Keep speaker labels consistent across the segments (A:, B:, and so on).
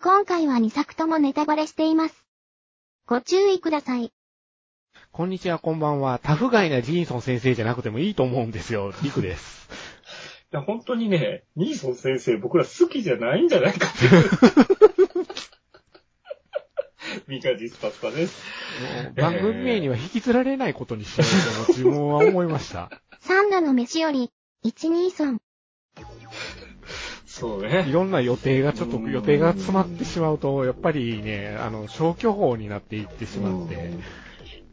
A: 今回は2作ともネタバレしています。ご注意ください。
B: こんにちは、こんばんは。タフガイなジーンソン先生じゃなくてもいいと思うんです よ。リクです。
C: いや、本当にね、ニーソン先生、僕ら好きじゃないんじゃないか っていう。ミカジスパスパです。
B: もう番組名には引きずられないことにしようと自分は思いました。
A: 三度の飯より、123。
C: そう
B: い
C: ね。
B: ろんな予定が、ちょっと予定が詰まってしまうと、やっぱりね、あの、消去法になっていってしまって、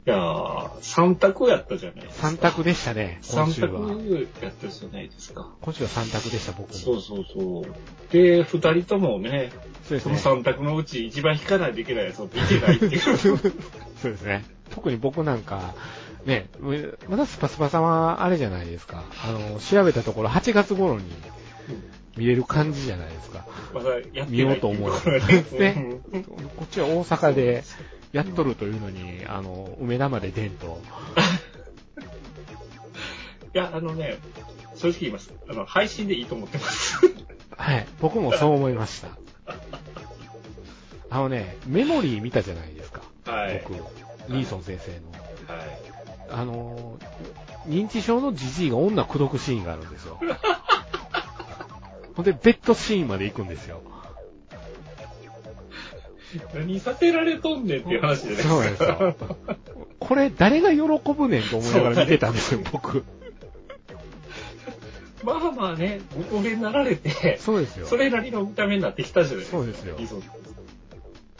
C: いやー、三択やったじゃないですか。
B: 3択でしたね、今
C: 三
B: 週は。
C: 択やったじゃないですか。
B: 今週は3択でした、僕も。
C: そうそうそう。で、二人ともね、
B: そうです
C: その
B: ね。
C: 三択のうち一番引かないといけないやつを見てないっ ていう。
B: そうですね。特に僕なんか、ね、うまだスパスパさんはあれじゃないですか。あの、調べたところ8月頃に見れる感じじゃないですか。
C: まだやってない
B: 見ようと思う
C: っていことが
B: ねこっちは大阪でやっとるというのに、あの、梅田まで出んと。
C: いや、あのね、正直言います。あの、配信でいいと思ってます。
B: はい。僕もそう思いました。あのね、メモリー見たじゃないですか。
C: はい。
B: 僕、ニーソン先生の。
C: はい。
B: あのー、認知症のじじいが女口説くシーンがあるんですよ。ほんで、ベッドシーンまで行くんですよ。
C: 何させられとんねんっていう話じゃないですか。
B: そうなんですよ。これ、誰が喜ぶねんと思いながら見てたんですよ、僕。
C: まあまあね、ご高齢になられて、
B: そうですよ。
C: それなりの見た目になってきたじゃないですか。
B: そうですよ
C: いいぞ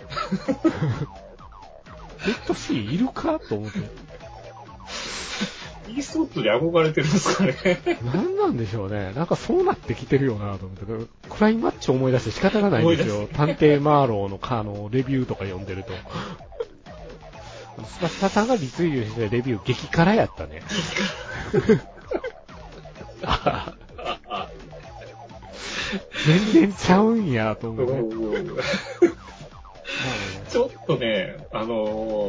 B: ベッドシーンいるかと思って。
C: イーストウッドに憧れてるんですかね。
B: なんなんでしょうね。なんかそうなってきてるよなと思って。クライマッチョ思い出して仕方がないんです
C: 思
B: よ。探偵マーローのか、あの、レビューとか読んでると。あのスパスタさんがリツイートしてたレビュー激辛やったね。あ
C: ああ、
B: 全然ちゃうんやと
C: お
B: 思
C: う
B: う、ね。
C: おうおうちょっとね、あの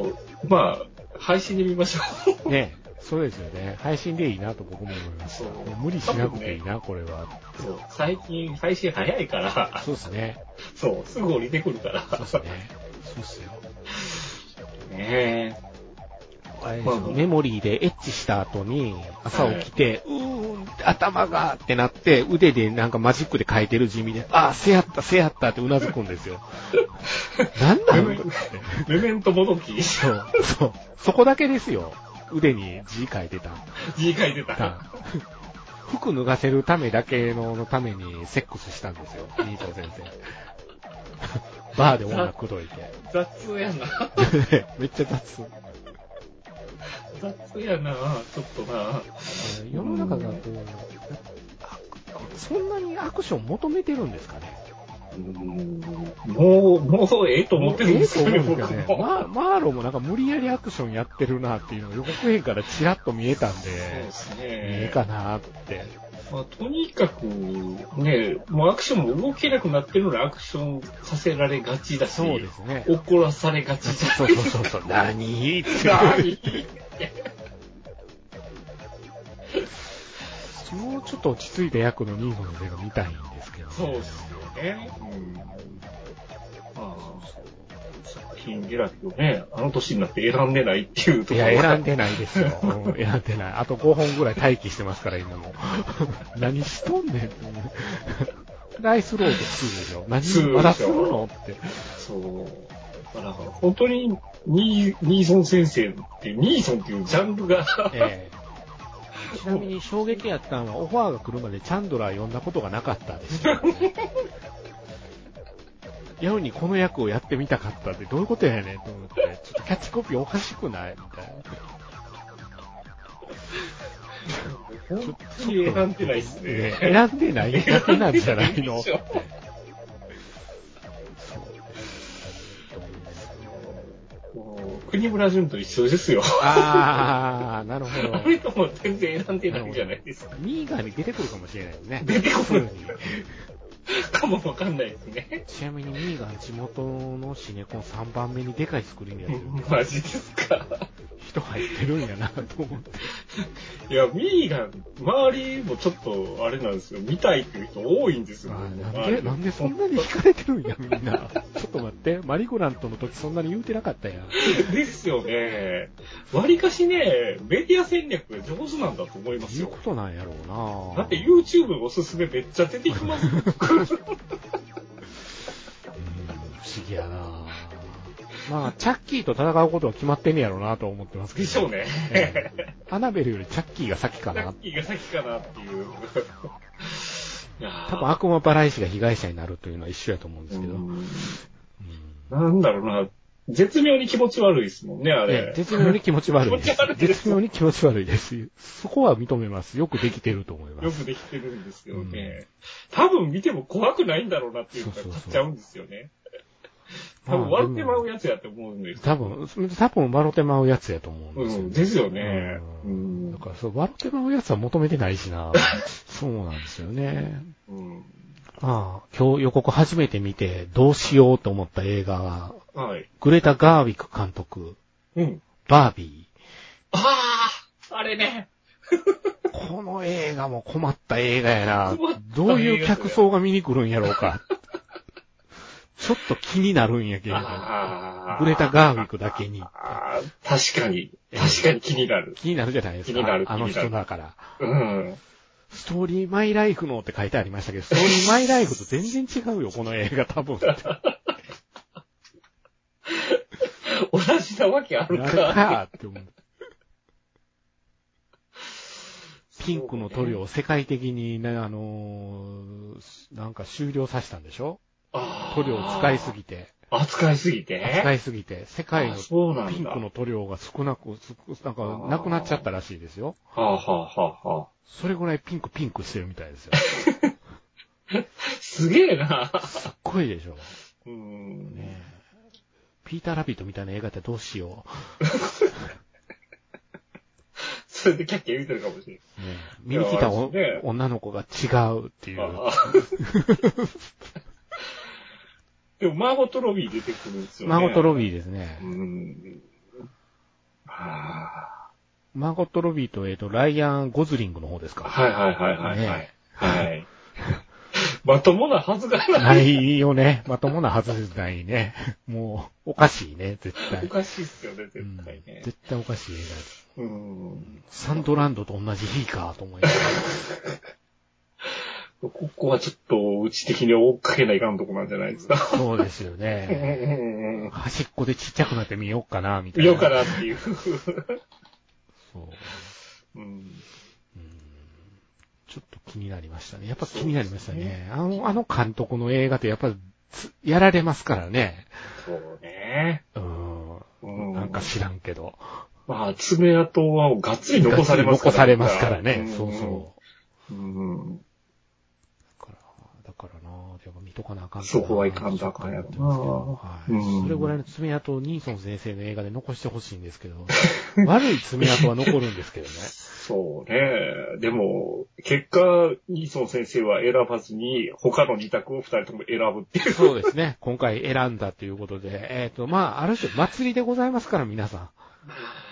C: ーまあ、配信で見ましょう。
B: ねそうですよね。配信でいいなと僕も思います。
C: そう
B: もう無理しなくていいな、これは。
C: そう最近配信早いから、
B: そうですね。
C: そう、すぐ降りてくるから。
B: そうですね。そうっすよ。
C: ねえ。
B: あれでし
C: ま
B: ょ
C: あまあ
B: メモリーでエッチした後に、朝起きて、うーん、頭がってなって、腕でなんかマジックで書いてる地味で、ああ、せやった、せやったってうなずくんですよ。なんな
C: メ
B: の
C: メメメントもどき、
B: そう、そう。そこだけですよ。腕に字書いてた。
C: 字書いてた。
B: 服脱がせるためだけののためにセックスしたんです よ、ニート先生。バーで女口説い
C: 雑や な。
B: て。 めっちゃ雑。
C: 雑やな、ちょっとな。
B: 世の中がこう、あそんなにアクション求めてるんですかね。
C: もう、もうええと思ってるんですよね、
B: ええと思うん
C: 僕
B: ですよね
C: も。
B: マーマーローもなんか無理やりアクションやってるなっていうのが予告編からちらっと見えたんで、
C: そうです
B: ええ
C: ね。
B: かなって。
C: まあ、とにかく、ね、もうアクションも動けなくなってるのにアクションさせられがちだし、
B: そうですね。
C: 怒らされがちじゃ
B: そうそうそう そう、何って。
C: ない。
B: もうちょっと落ち着いた役のニーゴの映画見たいんですけど、ね。
C: そうですよね。うん。まあ、作品選びをね、あの年になって選んでないっていうと
B: い
C: ころ
B: や、
C: が
B: 選んでないです よ。うん選んでない。あと5本ぐらい待機してますから、今も。 何しとんねんって思う。ライスロード2でしょ。
C: ツーでし
B: 何
C: ょ
B: まだするのって。
C: そう。だから、本当にニー、ニーソン先生って、ニーソンっていうジャンルが、
B: ええちなみに衝撃やったのは、オファーが来るまでチャンドラー呼んだことがなかったでした、ね。やのにこの役をやってみたかったってどういうことやねんと思って、ちょっとキャッチコピーおかしくないみたいな。
C: 本当に選んでないっすね。
B: 選んでないだけなんじゃないのって。
C: 選んでないでしょもう国村淳と一緒ですよ。
B: あー、なるほ
C: あ
B: ど。
C: れとも全然選んでないじゃないですか。
B: ミーガーに出てくるかもしれないですね。
C: 出てくる
B: 普通に
C: かもわかんないですね。
B: ちなみにミーガン地元のシネコン3番目にでかいスクリーンでやってるんで
C: マジですか。
B: す。人入ってるんやなと思って。
C: いや、ミーガン、周りもちょっと、あれなんですよ、見たいっていう人多いんですよ。
B: あーなん
C: 周
B: で、
C: り
B: なんでそんなに惹かれてるんや、みんな。ちょっと待って、マリゴラントの時そんなに言うてなかったやん。
C: ですよね。わりかしね、メディア戦略が上手なんだと思います
B: いう
C: よ
B: こ。となんやろうな
C: だって YouTube おすすめめっちゃ出てき ますよ。
B: うん不思議やなまあ、チャッキーと戦うことは決まってんねやろうなと思ってますけ
C: で
B: ど。
C: しょうね。
B: ええ。アナベルよりチャッキーが先 か
C: ラ
B: な
C: ッ。キーが先かなっ ていう。いやー
B: 多分悪魔払い師が被害者になるというのは一緒やと思うんですけど。うん
C: うんなんだろうな、絶妙に気持ち悪いですもんね、あ
B: ええ
C: れ。
B: 絶妙に気持ち悪いです
C: 気持ち悪い。です
B: 絶妙に気持ち悪いです。そこは認めます。よくできてると思いま
C: よ
B: す。
C: くできてるんですよね。多分見ても怖くないんだろうなっていうか、
B: そうそう
C: 買
B: そう
C: っちゃうんですよ ね。
B: まあ
C: 多分笑ってまうやつやと思うんです。
B: 多分、多分、笑ってまうやつやと思うん
C: う
B: ですよね
C: ん、ですよね。う
B: うん
C: ん
B: だ。から、そう、笑ってまうやつは求めてないし な。そうなんですよね。
C: うん
B: ああ、今日予告初めて見て、どうしようと思った映画は、
C: はい。
B: グレタ・ガーウィック監督、
C: うん。
B: バービ
C: あああれね。
B: ー。この映画も困った映画やな
C: 困った映。画
B: どういう客層が見に来るんやろうか。ちょっと気になるんやけれど。
C: ああ
B: グレタ・ガーウィックだけに。
C: あー確かに。確かに気になる。
B: 気になるじゃないですか。
C: 気になる
B: あの
C: 気
B: 人
C: にな
B: だから。
C: うん。
B: ストーリーマイライフのって書いてありましたけど、ストーリーマイライフと全然違うよ、この映画多分。
C: 同じなわけある
B: あれ
C: か。
B: かって思う。ピンクの塗料を世界的にね、あのーなんか終了させたんでしょ塗
C: 塗
B: 料を使いすぎて。
C: 扱いすぎて。
B: 使いすぎて、世界
C: あそう
B: の
C: なんだ
B: ピンクの塗料が少なく、すなんか、なくなっちゃったらしいですよ。
C: はあ、はあはあはあ、
B: それぐらいピンクピンクしてるみたいですよ。
C: すげえな。
B: すっごいでしょ。
C: うーん。
B: ねえピーター・ラビットみたいな映画ってどうしよ。
C: それでキャッキャ言うてるかもしれないう
B: ねえ見に来たお
C: いやあれですね
B: 女の子が違うっていう。
C: ああでも、マーゴットロビー出てくるんですよね。
B: マーゴット・ロ
C: ビ
B: ビーですね。
C: ー。うーん。は
B: マーゴット・ロビーと、えっ、と、ライアン・ゴズリングの方です
C: あ
B: か。
C: はいはいはいはいはい。
B: ね
C: はい。まともなはずがない。
B: ないよね。まともなはずないね。 もう、おかしいね、絶
C: お
B: 対。
C: かしいっすよね、
B: う
C: 絶
B: ん
C: 対ね。
B: 絶対おかしい映画です。
C: うーん。
B: サンドランドと同じ日かと思いながら
C: ここはちょっと、うち的に追っかけないかんとこなんじゃないですか。
B: そうですよ
C: うんう
B: ね。
C: んうん
B: 端っこでちっちゃくなってみようかな、みたい
C: 見
B: な。
C: ようかなっていう。
B: そう。
C: うん
B: ちょっと気になりましたね。やっぱ気になりましたね。あの、あの監督の映画ってやっぱ、つやられますからね。
C: そうね。
B: うん。
C: うん
B: なんか知らんけど。
C: まあ、爪痕はがっつり残されますか
B: 残
C: ら
B: されますからね。そうそう。
C: う。うん。
B: だから、だからなぁ、やっぱ見とかなあかんな
C: そこはいかんとあかんやろな
B: ちょっと思ってますけどは
C: う
B: い。
C: ん
B: それぐらいの爪痕をニーソン先生の映画で残してほしいんですけ ど、悪い爪痕は残るんですけどね。
C: そうね。でも、結果、ニーソン先生は選ばずに、他の二択を二人とも選ぶっていう。
B: そうですね。今回選んだということで、えっ、と、まあ、ある種祭りでございますから、皆さん。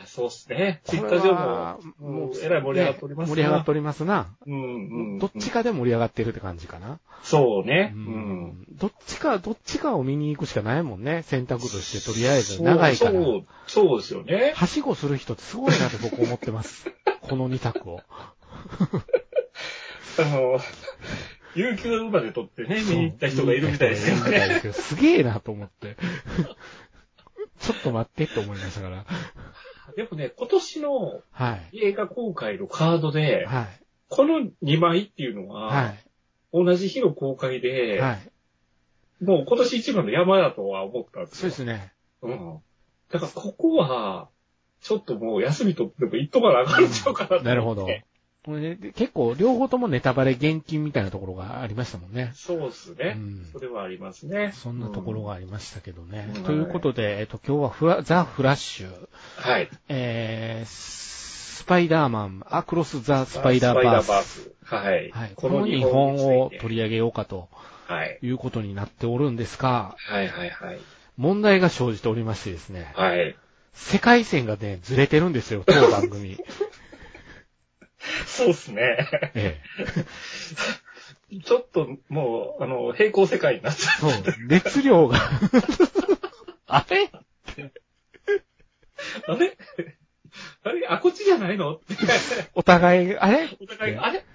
C: そうっすね。ツイッ
B: こ
C: タ
B: れ
C: ー上
B: は
C: も、もう、えらい盛り上がっております
B: ね盛り上がって
C: お
B: おりますな。
C: りうんうん。
B: どっち
C: か。
B: かで盛り上がってるって感じかな。
C: そうね。う。
B: うんんどっちか、どっちかを見に行くしかないもんね。選択として、とりあえず。長いから。
C: そう、そうですよね。
B: はしごする人ってすごいなって僕思って ます。この2択を。
C: あの、 有給まで取ってね、見に行った人がいるみたいですよ
B: そう見に行った人がいるみたいで
C: ね。
B: すけどすげえなと思って。ちょっと待ってって思いましたから。
C: でもね、今年の
B: はい。
C: 映画公開のカードで、
B: はい。
C: この2枚っていうのは、
B: は
C: 同じ日の公開
B: い。
C: で、
B: はい。
C: もう今年一番の山だとは思ったんです
B: そう
C: よ。
B: ですね。
C: うん。だからここは、ちょっともう休み取っても一とから上がっちゃうかなと思って
B: なるほど。これねで結構、両方ともネタバレ厳禁みたいなところがありましたもんね。
C: そうです
B: う
C: ね。
B: ん
C: そ。れはありますね。
B: そんなところがありましたけどね。
C: うん
B: ということで、えっと、今日はフラ、ザ・フラッシュ、
C: うん。はい。
B: えー、スパイダーマン、アクロス・ザ・スパイダーバース。
C: ス。はい。
B: はい、この日本を取り上げようかと
C: はい。
B: いうことになっておるんですが、
C: はいはいはい。
B: 問題が生じておりましてですね、
C: はい。
B: 世界線がね、ずれてるんですよ、当番 組。
C: そうっすね。
B: え え。
C: ちょっともう、あの、平行世界になっちゃ
B: そう、熱量 が。あれ
C: う。 あれ あれあ、こっちじゃないの って
B: お互い、あれ
C: お互い、
B: ね
C: あれ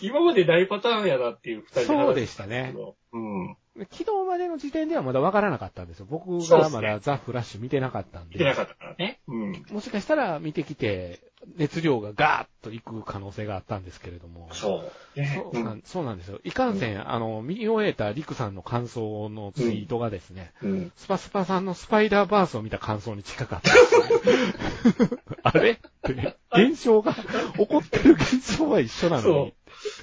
C: 今まで大パターンやなっていう二人
B: そうで
C: し
B: したね。。
C: うん。
B: 昨日までの時点ではまだわからなかったんですよ。僕
C: そうで
B: が
C: す
B: ま
C: ね
B: だザ・フラッシュ見てなかったん
C: 見てな
B: で。
C: かったからね。うん。
B: もしかしたら見てきて、熱量がガーッといく可能性があったんですけれども。
C: そう。ね
B: そううなんんそうなんですよ。いかんせん、あの、見終えたリクさんの感想のツイートがですね、
C: うん。
B: スパスパさんのスパイダーバースを見た感想に近かったです ね。あれって、現象が、起こってる現象は一緒なの
C: そ
B: に。
C: う。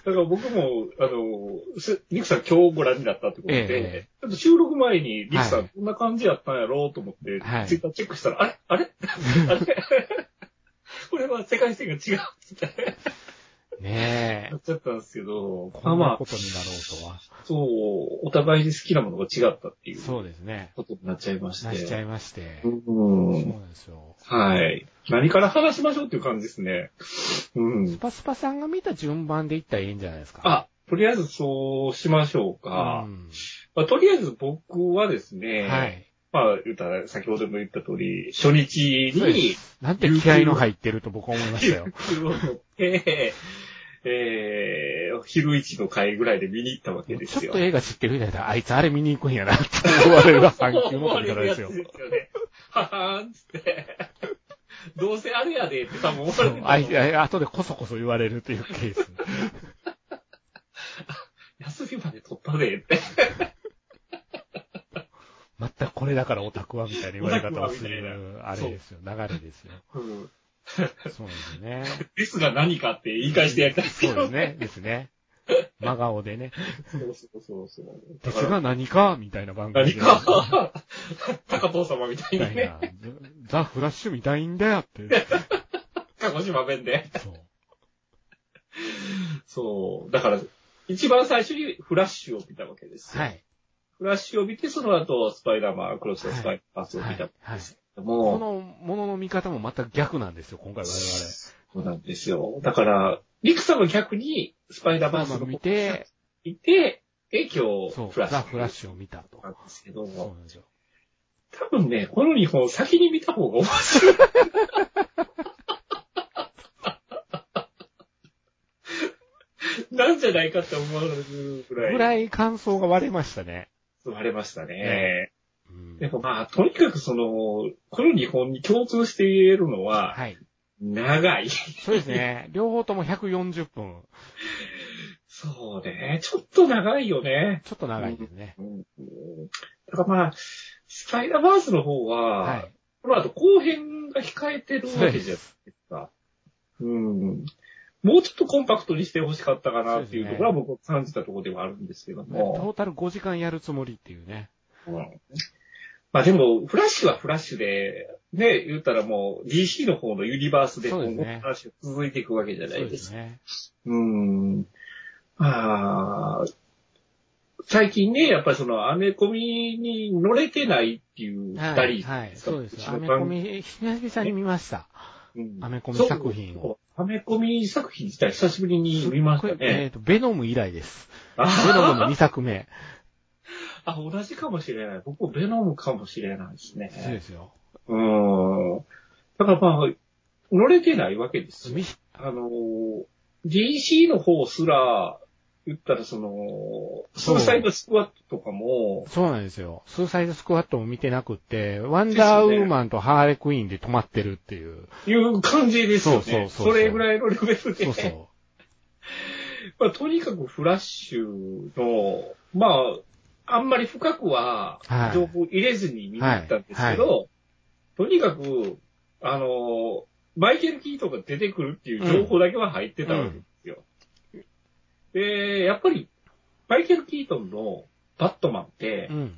C: だから僕も、あの、すリクさん今日ご覧になったってこと
B: ええ
C: で、ちょっと収録前にリクさ
B: は
C: ん
B: い
C: こんな感じやったんやろうと思って、
B: はい
C: ツイッターチェックしたら、あれあ れあれこれは世界線が違うって
B: ねえ
C: な。っちゃったんですけど、
B: こ
C: まあ
B: んな
C: ま
B: ことになろうとは。
C: あ、そう、お互いに好きなものが違ったっていう
B: そうですね。
C: ことになっちゃいまして。
B: なしちゃいまして。
C: う。
B: そうんなんですよ。
C: はい。何から話しましょうっていう感じですね。う
B: ス
C: ん。
B: パスパさんが見た順番でいったらいいんじゃないですか。
C: あ、とりあえずそうしましょうか。
B: うん
C: まあ、とりあえず僕はですね、
B: はい。
C: まあ、言ったら、先ほども言った通り、初日
B: そうで
C: に、
B: すなんて気合いの入ってると僕は思いましたよ。
C: 昼を乗って、えー、昼一の会ぐらいで見に行ったわけ で
B: ちょ
C: す
B: っ
C: よ。
B: と映画知ってるみたいな、あいつあれ見に行くんやなって思われるが
C: そう
B: 半球の取り方ですよ
C: 思われるやつ。ですよね。ははーんっつって、どうせあれやでって多分思わ
B: そ
C: れ
B: う
C: てる
B: あいあい後でこそこそ言われるっていうケース。
C: 休みまで取ったでって。
B: 全くこれだからオタクはみたいな言われ方をす
C: オタクはみ
B: る、
C: たいな
B: あれですよ、流れですよ。
C: うん
B: そうですね。
C: ですが何かって言い返してやりたいです
B: そう
C: よ
B: ですね、ですね。真顔でね。
C: そうそうそうそう。
B: で
C: だ
B: す
C: から
B: が何かみたいな番組
C: 何
B: で。
C: か、高藤様みたい
B: みた
C: に
B: い
C: ね、
B: な。ザ・フラッシュみたいんだよ って。
C: 鹿児島弁で。
B: そう。
C: そう。だから、一番最初にフラッシュを見たわけですよ。
B: はい。
C: フラッシュを見て、その後、スパイダーマン、クロスのスパイダーマンを見たわけですけど
B: こ
C: も、
B: のものの見方もまた逆なんですよ、今回我々。
C: そうなんですよ。だから、リクさんは逆に、スパイダーマン
B: まあ
C: の
B: まあ見て、
C: 見て、で、今
B: そ
C: 日、
B: う、
C: フラッ
B: ザ・
C: シュ。
B: フラッシュを見たと
C: な。んですけど、
B: そう
C: 多
B: なんですよ。
C: 分ね、この2本先に見た方が面 白い。 なんじゃないかって思われるぐらい。
B: ぐらい感想が割れましたね。
C: 割れましたね。
B: ねうん
C: でもまあ、とにかくその、この日本に共通して言えるのは、
B: はい。
C: 長い。
B: そうです ね。両方とも140分。
C: そうね。ちょっと長いよね。
B: ちょっと長いですね。
C: うんだからまあ、スパイダーバースの方は、
B: はい。
C: この後後編が控えてる
B: そう
C: わ
B: で
C: けじゃないです
B: す。
C: か。うん。もうちょっとコンパクトにしてほしかったかなっていうところは僕は感じたところではあるんですけど
B: トー
C: も。
B: タル5時間やるつもりっていうね。
C: うんまあでも、フラッシュはフラッシュで、ね、言ったらもう DC の方のユニバースで
B: そうです
C: 今後
B: ね
C: フラッシュ続いていくわけじゃな
B: そう
C: い
B: で
C: ですすか。
B: ね。
C: うん。まあ、最近ね、やっぱりそのアメコミに乗れてないっていう二人、
B: はい。はい。そうです。アメコミ、久々に見ました。
C: うん
B: アメコミ作品を
C: そうアメコミ作品自体久しぶりに見まし
B: こ
C: た
B: れえ
C: ね。
B: っと、ベノム以来です。ベノムの
C: あ
B: 2作目。
C: あ、同じかもしれない。僕もベノムかもしれないです
B: そうで
C: ね。
B: すよ。
C: うーん。だからまあ、乗れてないわけですよ。
B: み
C: あのー、DC の方すら、言ったらその、ス
B: そう
C: ーサイドスクワットとかも、
B: そうなんですよ。スーサイドスクワットも見てなくって、ワンダーウーマンとハーレクイーンで止まってるっていう。
C: いう感じですよね。
B: そうそうそうそう
C: れぐらいのレベルで。
B: そうそう。
C: まあ、とにかくフラッシュの、まあ、あんまり深くは
B: はい、
C: 情報入れずに見に行ったんですけど、とにかく、あの、マイケル・キートンが出てくるっていう情報だけは入ってたわけですよ。で、やっぱり、マイケル・キートンのバットマンって
B: う、ん。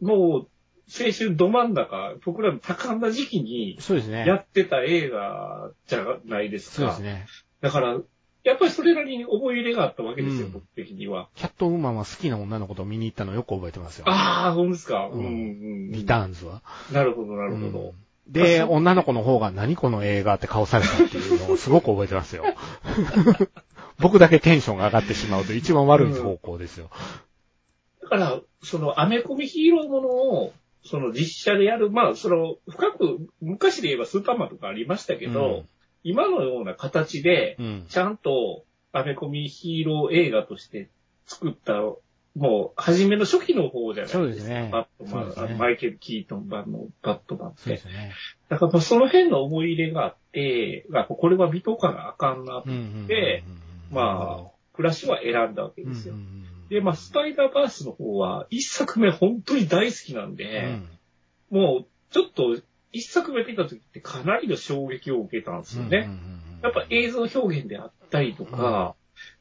C: もう、青春ど真ん中、僕らの多感な時期に
B: そうですね。
C: やってた映画じゃないですか。
B: そうですね。
C: だから、やっぱりそれなりに思い入れがあったわけですよ、
B: うん
C: 僕的には。
B: キャットウーマンは好きな女の子と見に行ったのよく覚えてますよ。
C: ああ、ほんですか。うん、うん、うん。
B: リターンズは。
C: なるほど、なるほ
B: うん
C: ど。
B: で、
C: あそう
B: 女の子の方が何この映画って顔されたっていうのをすごく覚えて ますよ。僕だけテンションが上がってしまうと一番悪い方向ですよ。
C: だから、そのアメコミヒーローものを、その実写でやる、まあ、その、深く、昔で言えばスーパーマンとかありましたけど、今のような形で、
B: うん、うん。
C: ちゃんとアメコミヒーロー映画として作った、もう、初めの初期の方じゃないですか。
B: そうですね
C: バットマン、
B: そうですね
C: マイケル・キートン版のバットマンっ
B: そうで
C: て
B: す。ね。
C: だからまあその辺の思い入れがあって、やっぱこれは見とかなあかんな、
B: うんうんうんうん。
C: でまあ、暮らしは選んだわけ
B: うん、
C: ですよ。で、
B: で
C: まあ、スパイダーバースの方は、一作目本当に大好きなんで、もう、ちょっと、一作目見た時ってかなりの衝撃を受けたんですよね。やっぱ映像表現であったりとか、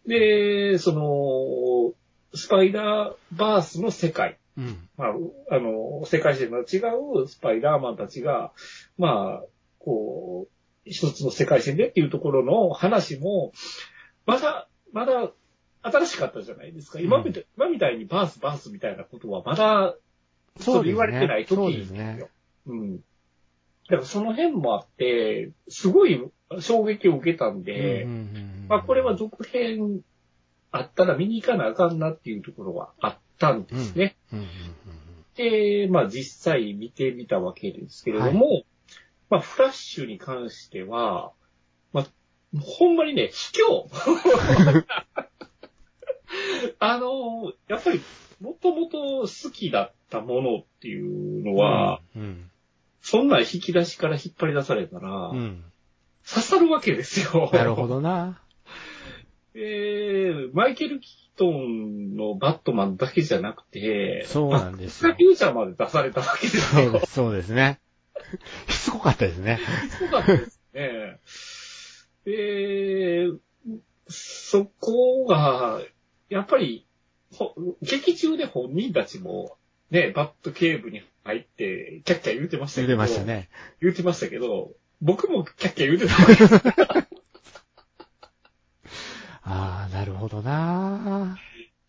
C: で、その、スパイダーバースの世界、
B: うん、
C: まあ、あの、世界線の違うスパイダーマンたちが、まあ、こう、一つの世界線でっていうところの話も、まだ、まだ、新しかったじゃないですか。今みた,、今みたいにバースバースみたいなことはまだ、
B: そ
C: そうう
B: ですね
C: 言われてない時
B: そうですね。
C: うん。だからその辺もあって、すごい衝撃を受けたん
B: うん
C: で、
B: うんうんうん
C: まあこれは続編あったら見に行かなあかんなっていうところはあったんですね。
B: うんうんうん
C: で、まあ実際見てみたわけですけれども、まあフラッシュに関しては、まあ、ほんまにね、卑怯 あの、やっぱり、もともと好きだったものっていうの
B: うん
C: は、、
B: うん。
C: そんなん引き出しから引っ張り出されたら、
B: うん。
C: 刺さるわけですよ。
B: なるほ。どな。
C: えー、マイケル・キートンのバットマンだけじゃなくて、
B: そうなんです
C: サ
B: よ
C: フ。ューチャーまで出されたわけです
B: そう
C: よ
B: で。すそうですね。 しつこかったですね。
C: そうなんですね。で、そこが、やっぱり、ほ劇中で本人たちも、ね、バット警部に入って、キャッキャ言うてました
B: 言
C: け
B: っ
C: ど。
B: てましたね。
C: 言うてましたけど、僕もキャッキャ言うてたわ けです
B: ああ、なるほどな。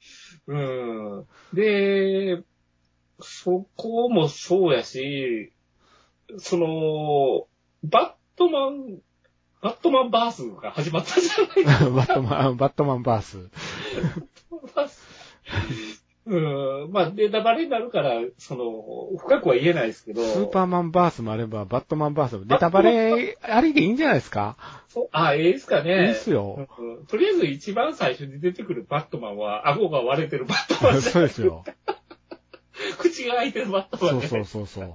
C: うんで、そこもそうやし、その、バットマン、バットマンバースが始まったじゃない
B: バットマン、バットマンバース。
C: バース。 うん、まあ、ネタバレになるから、その、深くは言えないですけ
B: ス
C: ど、
B: ーパーマンバースもあれば、バットマンバースも、ネタバレ、ありでいいんじゃないですか
C: そうあ、ええですか
B: いい
C: ね
B: っ。すよ。
C: うんとりあえず一番最初に出てくるバットマンは、顎が割れてるバットマンで、
B: そうですよ。
C: 口が開いてるバットマ
B: そ
C: ン
B: う
C: で、
B: そうそうそう。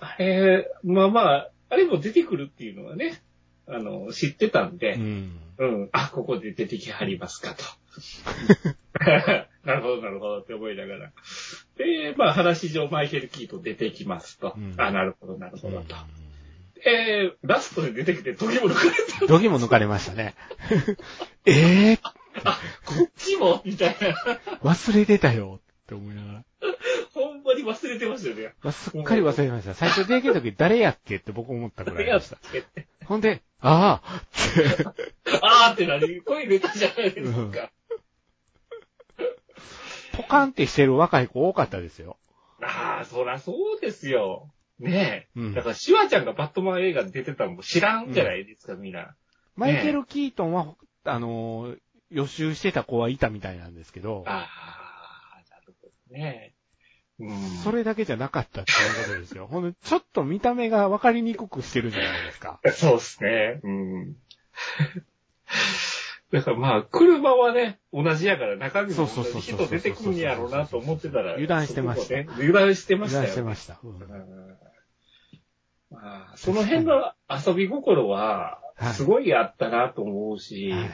C: あれ、まあまあ、あれも出てくるっていうのはね、あの、知ってたん
B: う
C: で、
B: ん。
C: うん、あ、ここで出てきはりま すかと。なるほど、なるほどって思いながら。で、まあ話上マイケル・キートン出てきますと。
B: うん
C: あ、なるほど、なるほ
B: う
C: ど
B: ん
C: と。えー、ラストで出てきてどぎも抜かれ た。
B: ドギも抜かれましたね。 ええ
C: こっちもみたいな。
B: 忘れてたよって思いながら。
C: ほんまに忘れてましたよね。
B: まあ、すっかり忘れてました。最初出てきた時誰やっけって僕思ったくらいでした。ほんで、ああって。
C: あーってなり、声出たじゃないですか。
B: ポカンってしてる若い子多かったですよ。
C: ああ、そらそうですよ。ねえ。
B: うん
C: だ。から、シュワちゃんがバットマン映画に出てたのも知らんじゃないですか、みんな。
B: マイケル・キートンは、あのー、予習してた子はいたみたいなんですけど、
C: ああ、なるほどね。うん。
B: それだけじゃなかったっていうことですよ。ほんで、ちょっと見た目が分かりにくくしてるじゃないですか。
C: そうですね。うん。 だからまあ、車はね、同じやから中身も同じ人出てくるんやろうなと思ってたら。
B: 油断してました
C: そこもね油断してまし
B: 油断
C: た
B: して
C: よ。
B: ました。うん
C: うんまあ、その辺の遊び心は、すごいあったなと思うし、
B: はい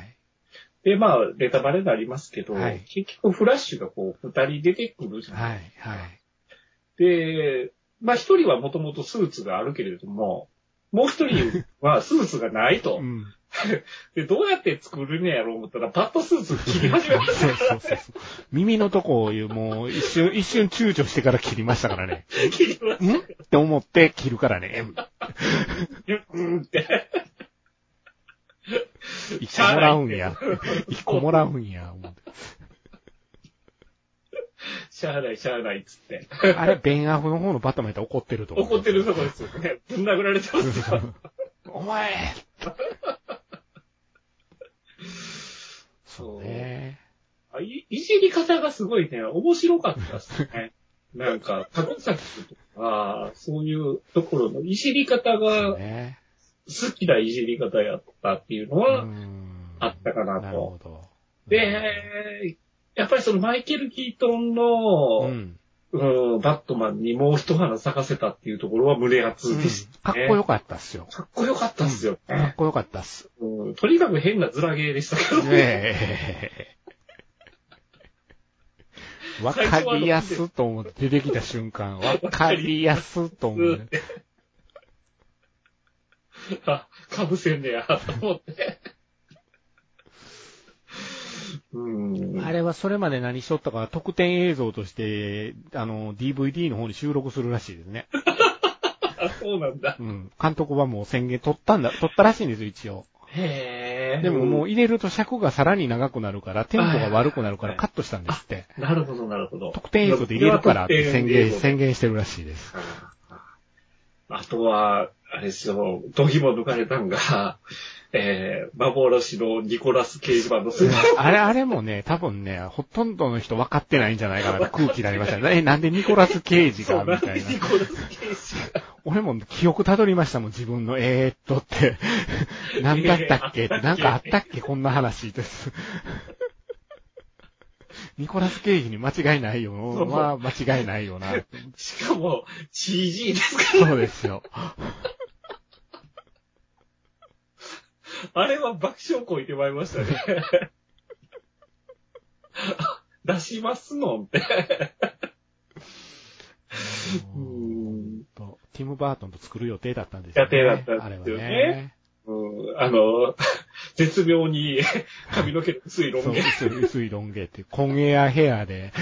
C: で、まあ、ネタバレになりますけど、
B: はい
C: 結局フラッシュがこう、二人出てくるじゃない
B: はい、はい。
C: で、まあ一人はもともとスーツがあるけれども、もう一人はスーツがないと
B: う。ん。
C: で、どうやって作るんやろう思ったら、パッとスーツ切り始
B: そ
C: め
B: う
C: まし
B: そうそうそう。耳のとこをもう一瞬、一瞬躊躇してから切りましたからね。
C: た。切りまし
B: んって思って切るからね。
C: た。うんって。
B: 一個もらうんや。一個もらうんや、思って。
C: しゃあない、しゃあないっつって。
B: あれ、ベンアフの方のバットマンやったら怒ってると思う。
C: 怒ってるとこですよね。ぶん殴られてますよ。
B: お前
C: そう
B: ね
C: あいいじり方がすごいね、面白かったですね。なんか、高崎とか、そういうところのいじり方が
B: ね
C: 好きないじり方やったっていうの
B: う
C: は
B: ん
C: あったかな
B: なる
C: と。
B: ほど。
C: で、やっぱりそのマイケル・キートン
B: う
C: の、
B: ん、
C: うん、バットマンにもう一花咲かせたっていうところは胸熱でし
B: か
C: た
B: っ
C: ね。
B: こよかったっすよ。
C: かっこよかったっすよ
B: かっ
C: ね。
B: こよかったっす。
C: うんとにかく変なズラゲーでしたけどね。
B: ねえ。 わかりやすと思って、出てきた瞬間、わかりやすと思う。
C: あ、かぶせんねや、と思って。うん。
B: あれはそれまで何しとったか、特典映像として、あの、DVD の方に収録するらしいですね。
C: あそうなんだ。
B: うん。監督はもう宣言取ったんだ、取ったらしいんですよ、一応。
C: へえ。
B: でもも
C: う
B: う入れると尺がさらに長くなるから、テンポが悪くなるから
C: はい
B: カットしたんですって。
C: ん、なるほど、なるほど。
B: 特典映像で入れるからって宣言、
C: これは特典映像
B: 宣言してるらしいです。
C: あとは、あれですよ、ドヒも抜かれたんが、 えー、幻のニコラス掲示板の姿。
B: あれ、あれもね、多分ね、ほとんどの人分かってないんじゃないかな って空気になりましたね。え、なんでニコラス・ケイジ
C: そ
B: が
C: う、な
B: み
C: ん
B: た
C: で
B: い
C: ニ
B: な。
C: コラス掲示板。
B: 俺も記憶たどりましたもん、自分の、えーっとって。 なんだったっけ
C: えーあったっけ
B: なんかあったっけこんな話です。 ニコラス・ケイジに間違いないよ。
C: そう
B: まあ、間違いないよ な。
C: しかも、CG ですから
B: そうですよ。
C: あれは爆笑を超えてまいりましたね。 あ出しますのんって。うん
B: と、ティム・バートンと作る予定だったんです
C: 予定だった
B: あれ
C: ん
B: は
C: ですよね
B: ね。
C: うんあの、絶妙に髪の毛の薄いロ
B: そ
C: ン
B: う、
C: 毛。
B: 薄い、薄いロン毛っていう、コンエアヘアで、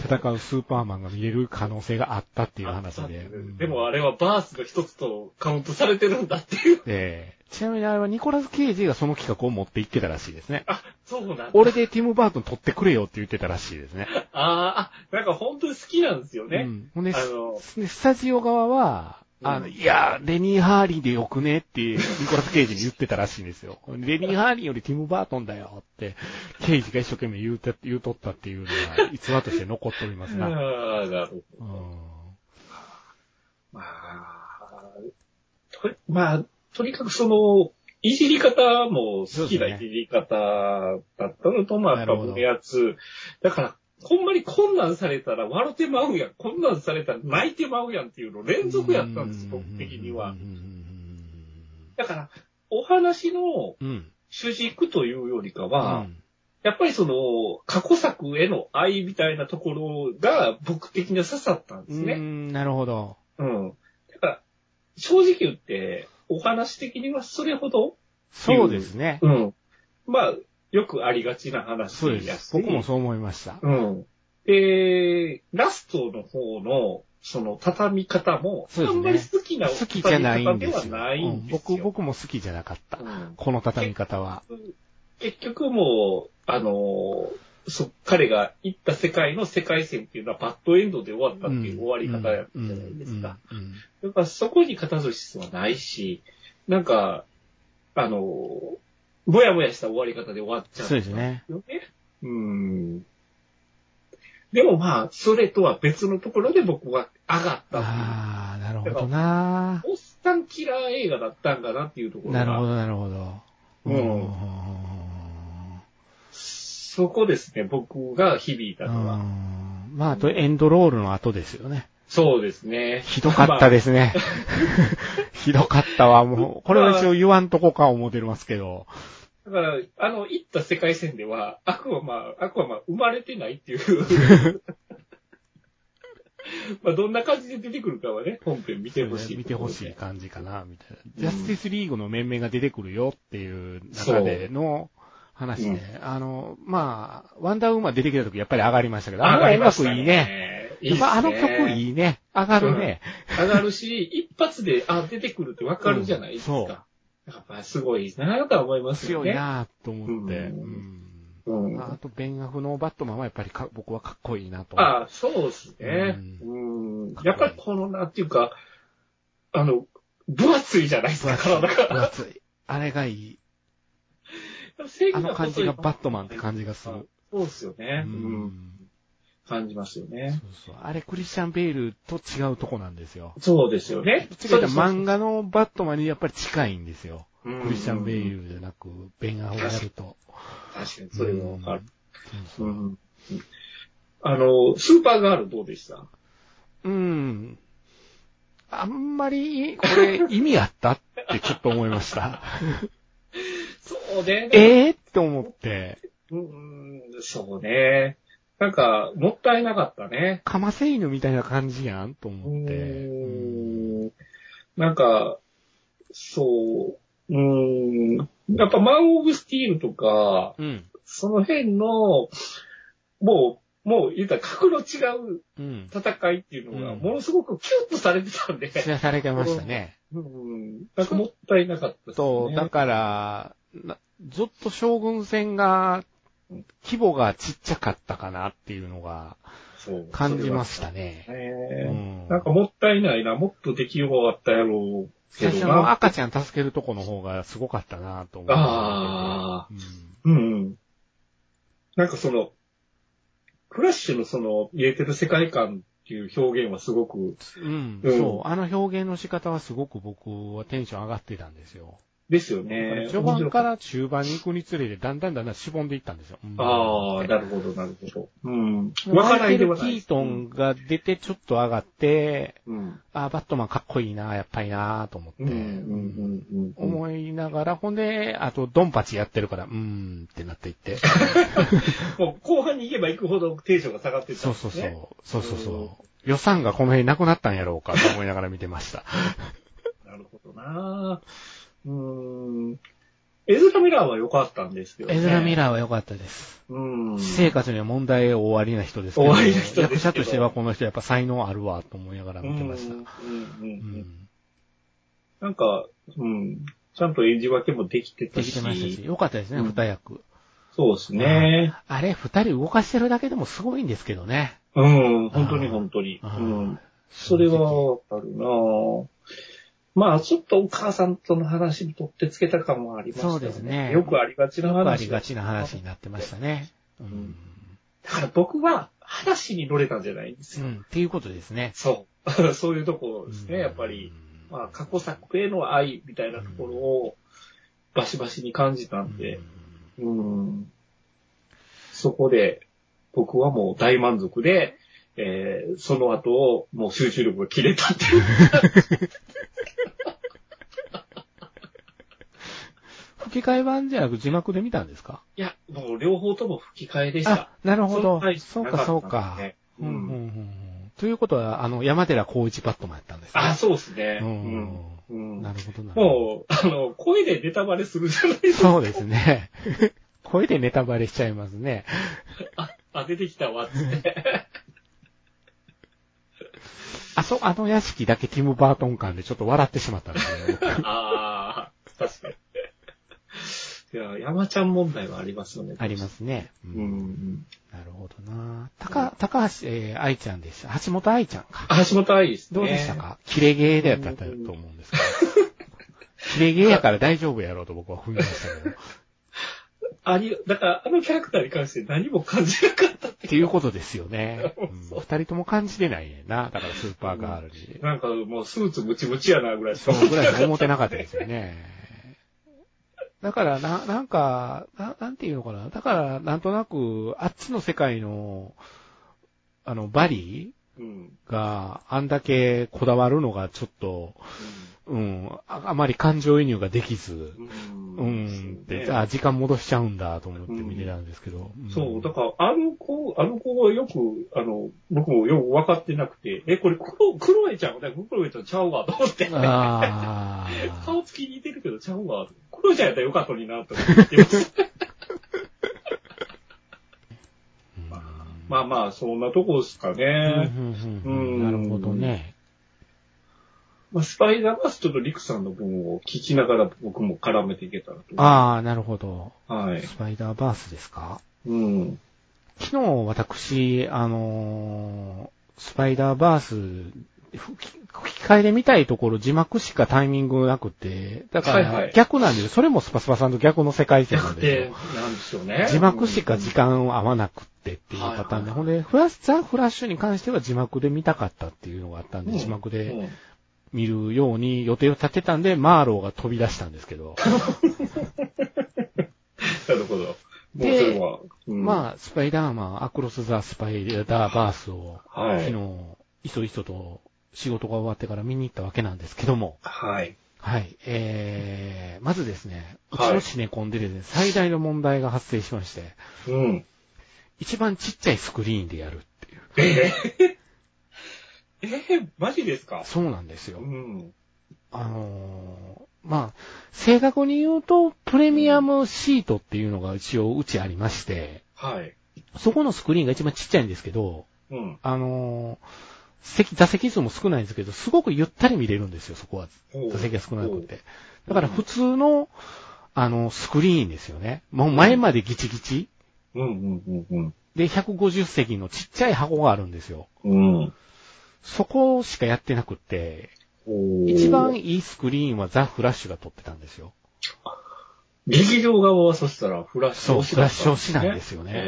B: 戦うスーパーマンが見れる可能性があったっていう話で。うん
C: でもあれはバースの一つとカウントされてるんだっていう。
B: ええちなみにあれはニコラス・ケイジがその企画を持って行ってたらしいですね。
C: あ、そうなんだ。
B: 俺でティム・バートン撮ってくれよって言ってたらしいですね。
C: あーあ、なんか本当に好きなんですよ
B: う
C: ね。
B: ん。ほんで、
C: あの
B: すでスタジオ側は、あの、
C: うん
B: いや、レニー・ハーリーでよくねって、ニコラス・ケイジに言ってたらしいんですよ。レニー・ハーリーよりティム・バートンだよって、ケイジが一生懸命言うて、言うとったっていうのが、逸話として残っております な。
C: ああ、なるほど。
B: うん。
C: まあ、とまあ、とにかくその、いじり方も好きな
B: そうですね
C: いじり方だったのと、まあ、やっ
B: な
C: ぱ
B: るほど
C: 胸熱。だから、ほんまに困難されたら笑ってまうやん。困難されたら泣いてまうやんっていうの連続やったんです、僕的には
B: うん。。
C: だから、お話の
B: うん。
C: 主軸というよりか
B: う
C: は、
B: ん
C: やっぱりその、過去作への愛みたいなところが僕的には刺さったんで
B: う
C: すね。
B: ん。なるほど。
C: うん。だから、正直言って、お話的にはそれほど、
B: そうですね。
C: うん。まあ、よくありがちな話
B: そうで
C: や
B: す。
C: し
B: 僕もそう思いました。
C: うん。で、ラストの方の、その、畳み方も、
B: そうで
C: あ
B: すね
C: んまり好きな
B: 好きじゃないん
C: 畳
B: で
C: み方
B: す
C: で
B: よ。
C: はな
B: う
C: いん
B: ん
C: です
B: 僕、
C: よ。
B: 僕も好きじゃなかった
C: う。ん
B: この畳み方は。
C: 結局もう、あのそ彼が行った世界の世界線っていうのはバッドエンドで終わったっていう終わり方やったじゃないですか。
B: うん。うんうん
C: やっぱそこに片寿司はないし、なんか、あの、ぼやぼやした終わり方で終わっちゃう
B: そうですね。
C: よね。うん。でもまあ、それとは別のところで僕は上がったっていう。
B: ああ、なるほどな。
C: おっさんキラー映画だったんだなっていうところ
B: なるほ
C: が、
B: ど、なるほど。
C: うんそこですね、僕が響いた
B: う
C: のは。
B: んまあ、あとエンドロールの後ですよね。
C: そうですね。
B: ひどかった
C: で
B: ですね。 ひどかったわ、もう。これは一応言わんとこか思ってますけど。
C: す。だから、あの、行った世界線では、アクアマン、アクアマン生まれてないっていう。 まあ、どんな感じで出てくるかはね、本編見てほしい。
B: 見てほしい。感じかな、みたいな。ジャスティスリーグの面々が出てくるよっていう中での話で、あの、まあ、ワンダーウーマン出てきた時やっぱり上がりましたけど、あ
C: 上
B: の
C: がり
B: 音
C: まし
B: 楽
C: た
B: いいね。。
C: いいっすね。
B: まあ、あの曲いいね。上がるね。
C: 上がるし、一発で、あ、出てくるってわかるじゃないです
B: うんそ
C: か。やっぱすごいなぁとは思いますよ
B: 強
C: ね。
B: いなぁと思って。
C: う
B: うん
C: うん。
B: まああ
C: あ
B: と、ベンアフのバットマンはやっぱりか僕はかっこいいなと。
C: あ、そうですね。うん。やっぱりこのなっていうか、あの、分厚いじゃないです
B: 分
C: か、
B: 厚い。
C: 体が。
B: 分厚い。あれがいい。
C: 正
B: あ
C: 義
B: の
C: な
B: 感
C: こと
B: じ
C: よ
B: がバットマンって感じがする。
C: そうですよ
B: う
C: ね。うん。
B: ん。
C: 感じますよ
B: そう
C: ね。
B: そう。あれ、クリスチャン・ベールと違うとこなんですよ。
C: そうですよね。
B: どっちかというと漫画のバットマンにやっぱり近いんですよ。
C: 画
B: クリスチャン・ベ
C: ル。
B: ールじゃなく、ベンアフをやると。
C: 確かに、それもわかる。
B: う。
C: うんん。あの、スーパーガールどうでした
B: うん。あんまり、これ、意味あったってちょっと思いま した。
C: そうね。
B: ええって思って、
C: うん、そうね。なんか、もったいなかったね。
B: かませ犬みたいな感じやんと
C: う
B: 思って。うん
C: ーん。なんか、そう、うーん。やっぱマン・オブ・スティールとか、
B: うん。
C: その辺の、もう、もう言ったら格の違う
B: うん。
C: 戦いっていうのが、
B: うん
C: ものすごくキュッとされてたんで、
B: 知らされてましたね。
C: うん。なんかもったいなかったです
B: そう、だ
C: ね。
B: から、なずっと将軍戦が、規模がちっちゃかったかなっていうのが
C: そう
B: 感じましたね。
C: ね。
B: うん
C: なんかもったいないな、もっと出来よかったやろうけ
B: 最初
C: ど
B: の
C: な。
B: 赤ちゃん助けるとこの方がすごかったなと思って。
C: あ
B: うん
C: うん。なんかその、クラッシュのその、見えてる世界観っていう表現はすごく、
B: うん、
C: うん
B: そう。あの表現の仕方はすごく僕はテンション上がってたんですよ。
C: ですよ
B: だから
C: ね。
B: 序盤か
C: 面
B: ら中盤に行くにつれて、だんだんだんだんしぼんでいったんですよ。うん
C: 白かったああ、なるほど、なるほど。うん。わか
B: マ
C: ら
B: イケ
C: んで
B: ル・
C: は
B: キ
C: ない。
B: ートンが出てちょっと上がって、
C: うん。
B: あーバットマンかっこいいな、やっぱりな、と思って、
C: うん。うん。うん。うん。
B: 思いながら、ほんで、あと、ドンパチやってるから、うーんってなっていって。
C: もう後半に行けば行くほどテンションが下がってった、
B: そうそうそう。そうそうそう。予算がこの辺なくなったんやろうか、と思いながら見てました。
C: う。なるほどなうん。エズラ・ミラーは良かったんですけどね。
B: エズラ・ミ
C: ラ
B: ラーは良かったです。
C: ー。うん。
B: 私生活には問題終わりな人ですけど、
C: 終わりな人ですけど
B: 役者としてはこの人やっぱ才能あるわ、と思いながら見てました。
C: う
B: うんん。
C: うん。うん。なんか、うん。ちゃんと演じ分けもできてた
B: で
C: し。
B: きてましたし、良かったですね、
C: うん
B: 二、役。
C: そうですね。
B: あれ、二人動かしてるだけでもすごいんですけどね。
C: うん、本当に本当に。う
B: あー
C: ん。それはわかるなぁまあ、ちょっとお母さんとの話に取ってつけた感もありました
B: そうですね
C: よくありがちな
B: よくあり
C: 話。
B: が
C: だ
B: ちな話になってましたね。うん。
C: んから僕は話に乗れたんじゃないんです
B: う
C: よ。
B: ん、っていうことですね。
C: そう。 そういうところです
B: うん
C: ね、やっぱり。。
B: うん
C: まあ、過去作への愛みたいなところをバシバシに感じたんで。うんそこで、僕はもう大満足で、えー、その後、もう集中力が切れたっていう。
B: 吹き替え版じゃなく字幕で見たんですか
C: いや、もう両方とも吹き替えでした
B: あ。、なるほ
C: の
B: ど
C: 大。差
B: そう
C: なっ
B: か、
C: た
B: そ
C: ん
B: う
C: で
B: か。
C: ね
B: う
C: うん
B: うんうん
C: ん。
B: うんということは、あの、山寺宏一バットマンやったんですね
C: あ、そうですね。
B: う
C: うん
B: ん。
C: うん
B: なるほどな。
C: もう、あの、声でネタバレするじゃないですか。
B: そうですね。 声でネタバレしちゃいますね。
C: あ、出てきたわ、つ って。
B: あ、そう、あの屋敷だけティム・バートン感でちょっと笑ってしまったんですけど。
C: ああ、確かに。いや、山ちゃん問題はありますよね。
B: ありますね。う
C: うんん。
B: なるほどな。たか、高橋、えー愛ちゃんでした。橋本愛ちゃんか。
C: あ橋本愛ですね。
B: どうでしたかキレゲーでやったと思うんですけど。 キレゲーやから大丈夫やろうと僕は踏みましたけど。
C: あり、だから、あのキャラクターに関して何も感じなかったって。
B: っていうことですよね。うん
C: そう
B: 二人とも感じてないねんな。だからスーパーガール に。
C: なんかもうスーツムチムチやなぐらいし
B: そ
C: か
B: うぐらいしか思ってなかったですよね。だから、な、なんか、ななんていうのかな。だから、なんとなく、あっちの世界の、あの、バリ
C: うん。
B: ーがあんだけこだわるのがちょっと、うん、ああまり感情移入ができず、
C: うん。
B: うん、って、
C: そうね
B: あ、時間戻しちゃうんだと思って見てたんですけど。ん
C: そう、だから、あの子、あの子はよく、あの、僕もよく分かってなくて、え、これクロ、クロエちゃんだクロエちゃんちゃうわ、と思って。
B: ああ。
C: 顔つき似てるけどちゃうわ。クロエちゃんやったらよかったのにな、と思ってました。
B: うん
C: ままあまあ、そんなとこですかね。
B: うんうんうんなるほどね。
C: まあ、スパイダーバスちょっとリクさんの分を聞きながら僕も絡めていけたらと。
B: ああ、なるほど。
C: はい。
B: スパイダーバースですか
C: うん。
B: 昨日私、あのースパイダーバース、吹き吹き替えで見たいところ字幕しかタイミングなくて、だか
C: はいは
B: ら
C: い
B: 逆なんですよ。それもスパスパさんと逆の世界線なん
C: 逆
B: です
C: 転
B: よ。
C: なんですよね。
B: 字幕しか時間合わなくってっていうパターンで、
C: はいはい
B: ほんで、フラッシュ、ザ・フラッシュに関しては字幕で見たかったっていうのがあったんで、
C: うん
B: 字幕
C: うん
B: で見るように予定を立てたんで、マーローが飛び出したんですけど、
C: なるほど。もうそ
B: で
C: れは。うん
B: まあ、スパイダーマン、アクロス・ザ・スパイダーバースを、
C: は
B: 昨
C: い。
B: 日、いそいそと仕事が終わってから見に行ったわけなんですけども、
C: はい。
B: はい、えー、まずですね、う
C: はい
B: ちのシネコンでですね、最大の問題が発生しまして、
C: うん。
B: 一番ちっちゃいスクリーンでやるっていう。
C: えー、マジですか
B: そうなんですよ
C: う。ん。
B: あのーまあ、正確に言うと、プレミアムシートっていうのが一応うちありまして、
C: はい。
B: そこのスクリーンが一番ちっちゃいんですけど、
C: うん。
B: あのー席、座席数も少ないんですけど、すごくゆったり見れるんですよ、そこは。
C: ほう
B: 座席が少なくて。だから普通の、あの、スクリーンですよね。もう前までギチギチ。
C: うんうんうん
B: で、150席のちっちゃい箱があるんですよ。
C: うん。うん。
B: そこしかやってなくって、
C: おー
B: 一番いいスクリーンはザ・フラッシュが撮ってたんですよ。
C: 劇場側はそしたらフラッシュ
B: そう、
C: 押し
B: フ
C: だ
B: ラ
C: っ
B: ッシ
C: た
B: ュ
C: ん
B: 押しなんですよね。で、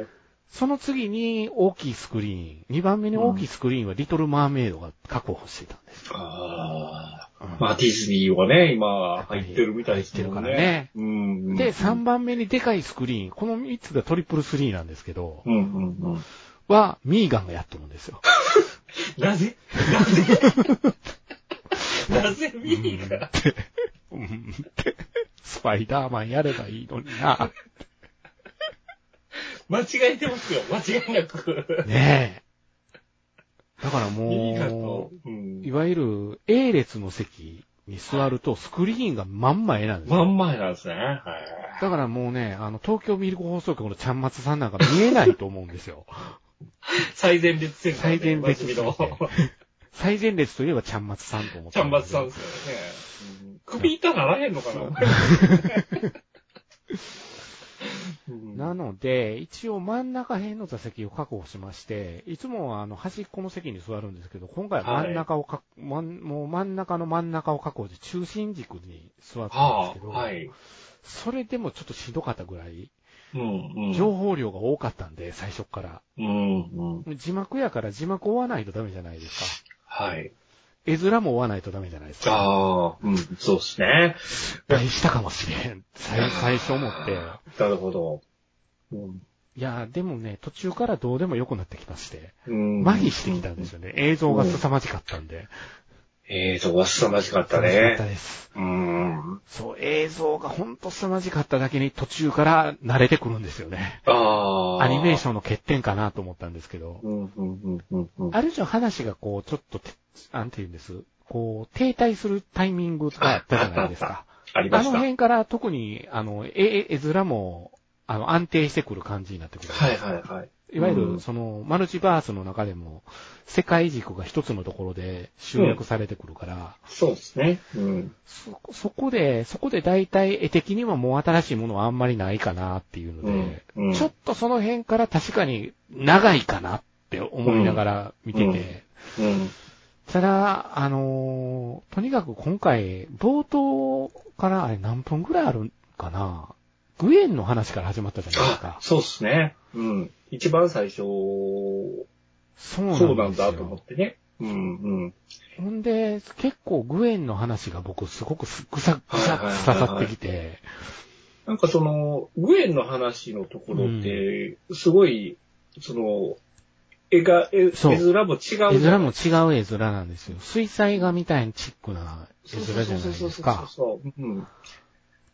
C: へ
B: その次に大きいスクリーン、2番目に大きいスクリーンはリトル・マーメイドが確保してたんです
C: ー
B: よ。
C: あ
B: うん
C: ーまあ、ディズニーはね、今、入ってるみたいですもんね。
B: 入ってるからね
C: うん。
B: で、3番目にでかいスクリーン、この3つがトリプルスリーなんですけど、
C: うんうんうん。
B: は、ミーガンがやってるん ですよ。
C: なぜなぜなぜミーが
B: うんってスパイダーマンやればいいのに な。
C: 間違えてますよ、間違いなく。
B: ねえ。だから
C: ミーガと
B: も、
C: うん
B: う、いわゆる A 列の席に座るとスクリーンが真ん前なんです
C: ま
B: よ。
C: んまやなんですね。はい。
B: だからもうね、あの、東京ミルク放送局のちゃんまつさんなんか見えないと思うんです よ。
C: 最前列センターで。
B: 最前列
C: おなじみの。
B: 最前列といえばちゃんまつさんと思って。
C: ちゃんまつさんですよね。うん首痛ならへんのかなうん
B: なので、一応真ん中辺の座席を確保しまして、いつもはあの端っこの席に座るんですけど、今回は真ん中をか、真んもう真ん中の真ん中を確保して中心軸に座ったんです
C: は
B: け
C: あ、
B: ど、
C: はい。
B: それでもちょっとしんどかったぐらい、
C: うん、うん。
B: 情報量が多かったんで、最初から。
C: うん、うん。
B: 字幕やから字幕追わないとダメじゃないですか。
C: はい。
B: 絵面も追わないとダメじゃないですか。
C: ああ、うん、そうですね。
B: 失敗したかもしれん。最最初思って。
C: なるほど。うん。
B: いや、でもね、途中からどうでも良くなってきまして、
C: うん
B: 麻痺してきたんですよね。映像が凄まじかったんで。
C: 映像は凄まじかった
B: 凄まじかった
C: ね。
B: です。
C: うん。
B: そう、映像がほんと凄まじかっただけに途中から慣れてくるんですよね。
C: ああ。
B: アニメーシ
C: ョン。
B: ョンの欠点かなと思ったんですけど。
C: うん、うん、うん、うん。
B: ある種話がこう、ちょっとて、なんて言うんです。こう、停滞するタイミングがあったじゃないですか。
C: ありま
B: あ
C: し
B: の
C: た。
B: 辺から特に、あの、絵、絵面も、あの、安定してくる感じになってくる。
C: はい、はい、はい。
B: いわゆ
C: う
B: る、
C: ん
B: その、マルチバースの中でも、世界軸が一つのところで集約されてくるから、
C: そうですね。うん。
B: そ、そこで、そこで大体絵的にはもう新しいものはあんまりないかなっていうので、
C: うんうん
B: ちょっとその辺から確かに長いかなって思いながら見てて、
C: うんうんうん。
B: ただ、あのーとにかく今回、冒頭からあれ何分ぐらいあるんかなグエンの話から始まったじゃないです
C: あ
B: か、。
C: そうですね。うん。一番最初、
B: そうなんですよ。
C: そうなんだと思ってね。うん、うん。
B: ほんで、結構グエンの話が僕すごくすぐさ、ぐさっと刺さってきて、
C: なんかその、グエンの話のところって、すごい、その、絵が、絵絵
B: そう
C: 面も違うじゃん。
B: 絵面も違う絵面なんですよ。水彩画みたいにチックな絵
C: そうそう
B: 面じ
C: そ
B: ゃ
C: う
B: ない
C: そう
B: ですか。
C: そうそうそう。うん。